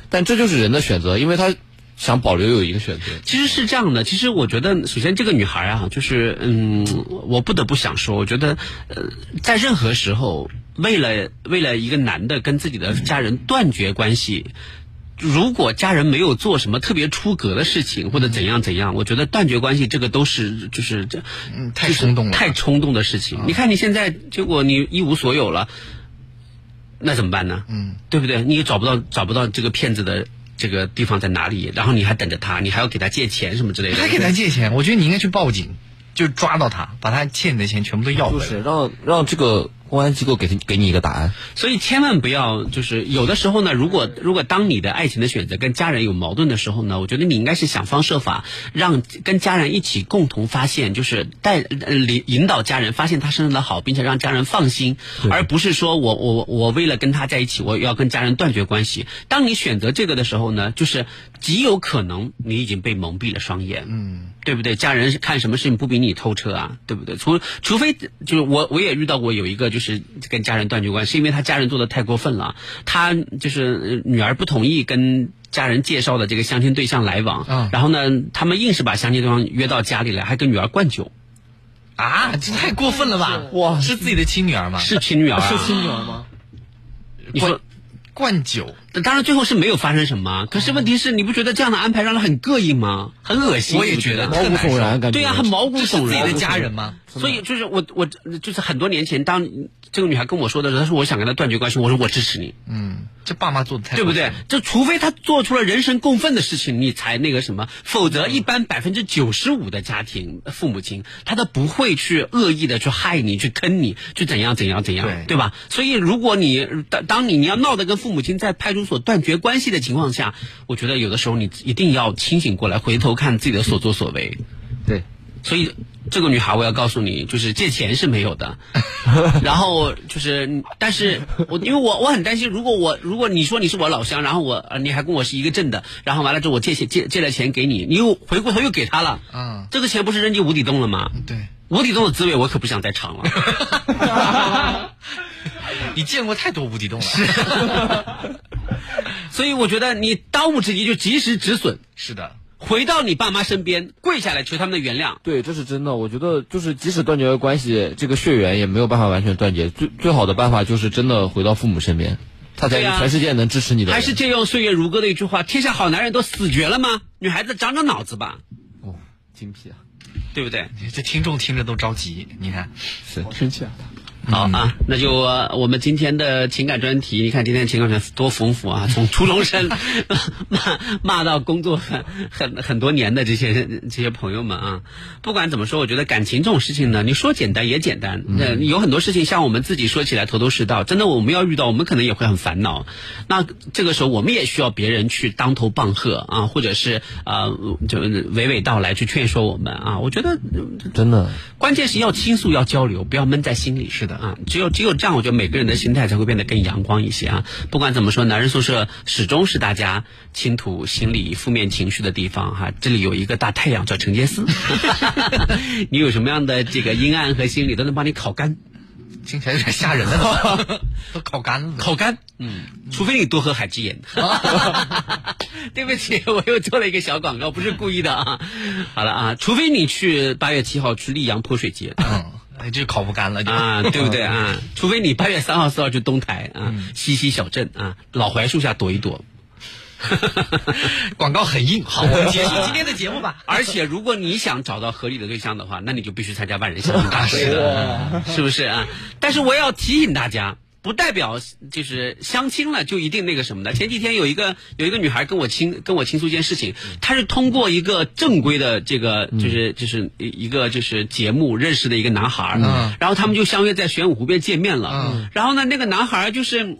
Speaker 3: 但这就是人的选择，因为他想保留有一个选择。
Speaker 1: 其实是这样的。其实我觉得，首先这个女孩啊，就是嗯，我不得不想说，我觉得呃，在任何时候，为了为了一个男的跟自己的家人断绝关系。如果家人没有做什么特别出格的事情，或者怎样怎样，我觉得断绝关系这个都是就是这，
Speaker 2: 嗯太冲动了啊
Speaker 1: 太冲动的事情。你看你现在，结果你一无所有了，那怎么办呢？
Speaker 2: 嗯，
Speaker 1: 对不对？你也找不到找不到这个骗子的这个地方在哪里，然后你还等着他，你还要给他借钱什么之类的。
Speaker 2: 还给他借钱，我觉得你应该去报警，就抓到他，把他欠你的钱全部都要
Speaker 3: 就
Speaker 2: 回来。
Speaker 3: 是让让这个公安机构给给你一个答案。
Speaker 1: 所以千万不要，就是有的时候呢，如果如果当你的爱情的选择跟家人有矛盾的时候呢，我觉得你应该是想方设法让跟家人一起共同发现，就是带呃引引导家人发现他身上的好，并且让家人放心，而不是说我我我为了跟他在一起，我要跟家人断绝关系。当你选择这个的时候呢，就是极有可能你已经被蒙蔽了双眼。
Speaker 2: 嗯，
Speaker 1: 对不对？家人看什么事情不比你透彻啊，对不对？除除非就是我我也遇到过有一个就是跟家人断绝关系，是因为他家人做的太过分了，他就是呃女儿不同意跟。家人介绍的这个相亲对象来往，
Speaker 2: 嗯
Speaker 1: 然后呢，他们硬是把相亲对象约到家里来，还跟女儿灌酒，
Speaker 2: 啊，这太过分了吧！哇，是自己的亲女儿吗？
Speaker 1: 是亲女儿、啊，
Speaker 2: 女儿吗？
Speaker 1: 你说
Speaker 2: 灌酒，
Speaker 1: 当然最后是没有发生什么，可是问题是，你不觉得这样的安排让人很膈应吗？很恶心，
Speaker 2: 我也
Speaker 1: 你不
Speaker 2: 觉得
Speaker 1: 得
Speaker 2: 毛骨悚然
Speaker 3: 啊感觉
Speaker 1: 对呀、很毛骨
Speaker 2: 这是
Speaker 1: 悚
Speaker 2: 自己的
Speaker 1: 然。
Speaker 2: 家人吗？
Speaker 1: 所以就是我我就是很多年前，当这个女孩跟我说的时候，她说我想跟她断绝关系，我说我支持你，
Speaker 2: 嗯，这爸妈做的太
Speaker 1: 对不
Speaker 2: 过
Speaker 1: 对
Speaker 2: 分了？
Speaker 1: 就除非她做出了人神共愤的事情，你才那个什么，否则一般百分之九十五的家庭父母亲，他都不会去恶意的去害你、去坑你、去怎样怎样怎样，
Speaker 2: 对
Speaker 1: 对吧？所以如果你当当你你要闹得跟父母亲在派出所断绝关系的情况下，我觉得有的时候你一定要清醒过来，回头看自己的所作所为。
Speaker 3: 对，
Speaker 1: 所以这个女孩，我要告诉你，就是借钱是没 有的。然后就是，但是我因为我我很担心，如果我如果你说你是我老乡，然后我呃你还跟我是一个镇的，然后完了之后我借钱借借了钱给你，你又回过头又给他了，
Speaker 2: 嗯
Speaker 1: 这个钱不是扔进无底洞了吗？
Speaker 2: 对，
Speaker 1: 无底洞的滋味我可不想再尝 了。
Speaker 2: 你见过太多无底洞了。
Speaker 1: 所以我觉得你当务之急就及时止损，
Speaker 2: 是的，
Speaker 1: 回到你爸妈身边，跪下来求他们的原谅。
Speaker 3: 对，这是真的。我觉得就是即使断绝了关系，这个血缘也没有办法完全断绝。最最好的办法就是真的回到父母身边，他才
Speaker 1: 对啊
Speaker 3: 全世界能支持你的人。
Speaker 1: 还是借用岁月如歌的一句话：“天下好男人都死绝了吗？女孩子长长脑子吧，
Speaker 3: 哦，精辟啊！
Speaker 1: 对不对
Speaker 2: 这听众听着都着急。你看，
Speaker 3: 是
Speaker 5: 生气啊！
Speaker 1: 好啊，那就呃我们今天的情感专题，你看今天情感专题多丰富啊，从初中生 骂骂到工作很很很多年的这些人这些朋友们啊，不管怎么说，我觉得感情这种事情呢，你说简单也简单，那、有很多事情像我们自己说起来头头是道，真的我们要遇到，我们可能也会很烦恼。那这个时候我们也需要别人去当头棒喝啊，或者是啊、呃就娓娓道来去劝说我们啊，我觉得
Speaker 3: 真的，
Speaker 1: 关键是要倾诉，要交流，不要闷在心里。是的啊，只有只有这样，我觉得每个人的心态才会变得更阳光一些啊。不管怎么说，男人宿舍始终是大家倾吐心理负面情绪的地方哈、这里有一个大太阳叫陈杰斯，你有什么样的这个阴暗和心理都能帮你烤干。
Speaker 2: 听起来有点吓人 的，都烤干了。
Speaker 1: 烤干，嗯，除非你多喝海之盐。对不起，我又做了一个小广告，不是故意的啊。好了啊，除非你去八月七号去溧阳泼水节，
Speaker 2: 嗯，就烤不干了，就 嗯
Speaker 1: 啊，对不对？啊？除非你八月三号、四号去东台啊，西溪小镇啊，老槐树下躲 一躲。
Speaker 2: 广告很硬， 好，我们结束今天的节目吧。
Speaker 1: 而且，如果你想找到合理的对象的话，那你就必须参加万人相亲大 会了，是不是啊？但是我要提醒大家，不代表就是相亲了就一定那个什么的。前几天有一个有一个女孩跟我倾跟我倾诉一件事情，
Speaker 2: 嗯
Speaker 1: 她是通过一个正规的这个就是就是一个就是节目认识的一个男孩儿，
Speaker 2: 嗯
Speaker 1: 然后他们就相约在玄武湖边见面了。
Speaker 2: 嗯
Speaker 1: 然后呢，那个男孩儿就是。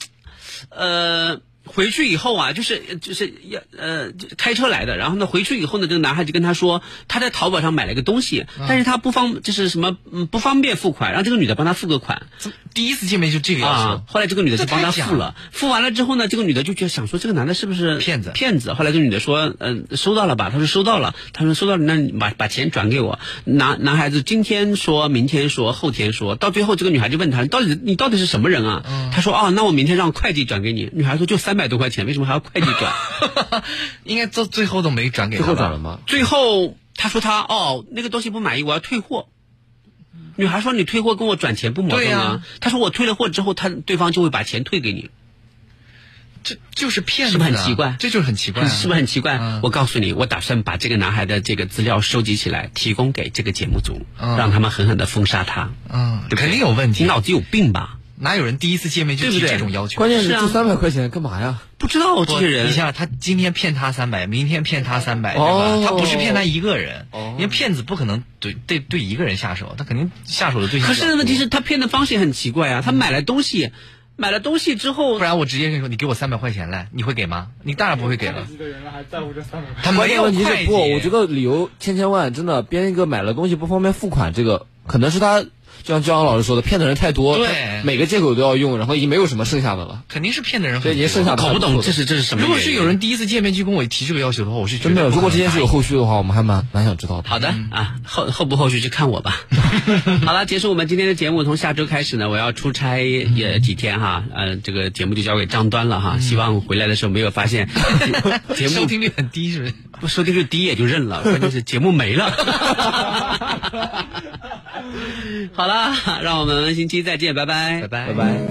Speaker 1: 呃，回去以后啊，就是就是要呃就开车来的，然后呢，回去以后呢，这个男孩就跟他说，他在淘宝上买了一个东西，但是他不方就是什么嗯不方便付款，让这个女的帮他付个款
Speaker 2: 第一次见面就这个要求
Speaker 1: 啊。，后来这个女的就帮他
Speaker 2: 这太假
Speaker 1: 付了，付完了之后呢，这个女的就觉得想说这个男的是不是
Speaker 2: 骗子
Speaker 1: 骗子。后来这个女的说，嗯、收到了吧？他说收到了，他说收到了，那你把把钱转给我。男男孩子今天说，明天说，后天说，到最后这个女孩就问他，你到底你到底是什么人啊？
Speaker 2: 嗯
Speaker 1: 他说啊，那我明天让会计转给你。女孩说就三百多块钱，为什么还要会 计转？
Speaker 2: 应该到最后都没转给
Speaker 3: 最
Speaker 2: 他吧
Speaker 3: 后咋了吗？
Speaker 1: 啊最后他说他哦那个东西不满意，我要退货。女孩说你退货跟我转钱不矛盾
Speaker 2: 对
Speaker 1: 啊
Speaker 2: 呀？
Speaker 1: 他说我退了货之后，他对方就会把钱退给你。
Speaker 2: 这就是骗子
Speaker 1: 是不
Speaker 2: 啊，
Speaker 1: 是很奇怪
Speaker 2: 这就是很奇怪啊，
Speaker 1: 是不是很奇怪？
Speaker 2: 嗯
Speaker 1: 我告诉你，我打算把这个男孩的这个资料收集起来，提供给这个节目组，
Speaker 2: 嗯
Speaker 1: 让他们狠狠的封杀他。
Speaker 2: 嗯，
Speaker 1: 对不对
Speaker 2: 肯定有问
Speaker 1: 你
Speaker 2: 题，
Speaker 1: 脑子有病吧？
Speaker 2: 哪有人第一次见面就
Speaker 1: 对
Speaker 2: 提
Speaker 1: 不对
Speaker 2: 这种要求？
Speaker 3: 关键是
Speaker 1: 是啊
Speaker 3: 这三百块钱干嘛呀？
Speaker 1: 不知道这
Speaker 2: 不
Speaker 1: 些人
Speaker 2: 你，想他今天骗他三百，明天骗他三百，对吧？
Speaker 3: 哦
Speaker 2: 他不是骗他一个人，
Speaker 3: 哦
Speaker 2: 因为骗子不可能对对对一个人下手，他肯定下手的对象
Speaker 1: 可
Speaker 2: 比较
Speaker 1: 是
Speaker 2: 多
Speaker 1: 问题是，他骗的方式也很奇怪啊。他买了东西，买了东西之后
Speaker 2: 不，然我直接跟你说，你给我三百块钱来，你会给吗？你当然不会给了。
Speaker 4: 几个人了还在乎这三百块？
Speaker 2: 他
Speaker 3: 关
Speaker 2: 没
Speaker 3: 键
Speaker 2: 有
Speaker 3: 问题
Speaker 2: 会
Speaker 3: 是
Speaker 2: 计，
Speaker 3: 不，我觉得理由千千万，真的编一个买了东西不方便付款，这个可能是他就像焦阳老师说的，骗的人太多，
Speaker 2: 对
Speaker 3: 他每个借口都要用，然后已经没有什么剩下的了。
Speaker 2: 肯定是骗的人很
Speaker 3: 所
Speaker 2: 多。
Speaker 3: 以您剩下的
Speaker 1: 搞不懂
Speaker 3: 还错的
Speaker 1: 这是这是什么原因。
Speaker 2: 如果是有人第一次见面就跟我提这个要求的话，我是觉
Speaker 3: 真
Speaker 2: 得
Speaker 3: 的，如
Speaker 2: 不可
Speaker 3: 果
Speaker 2: 能
Speaker 3: 这件事有后续的话，我们还蛮蛮想知道的。
Speaker 1: 好的啊，后后不后续就看我吧。好了，结束我们今天的节目。从下周开始呢，我要出差也几天哈，呃，这个节目就交给张端了哈。希望回来的时候没有发现节目
Speaker 2: 收听率很低，是不是？
Speaker 1: 不收听率低也就认了，关键是节目没了。好了，让我们星期再见，拜拜，拜拜。
Speaker 5: 拜拜。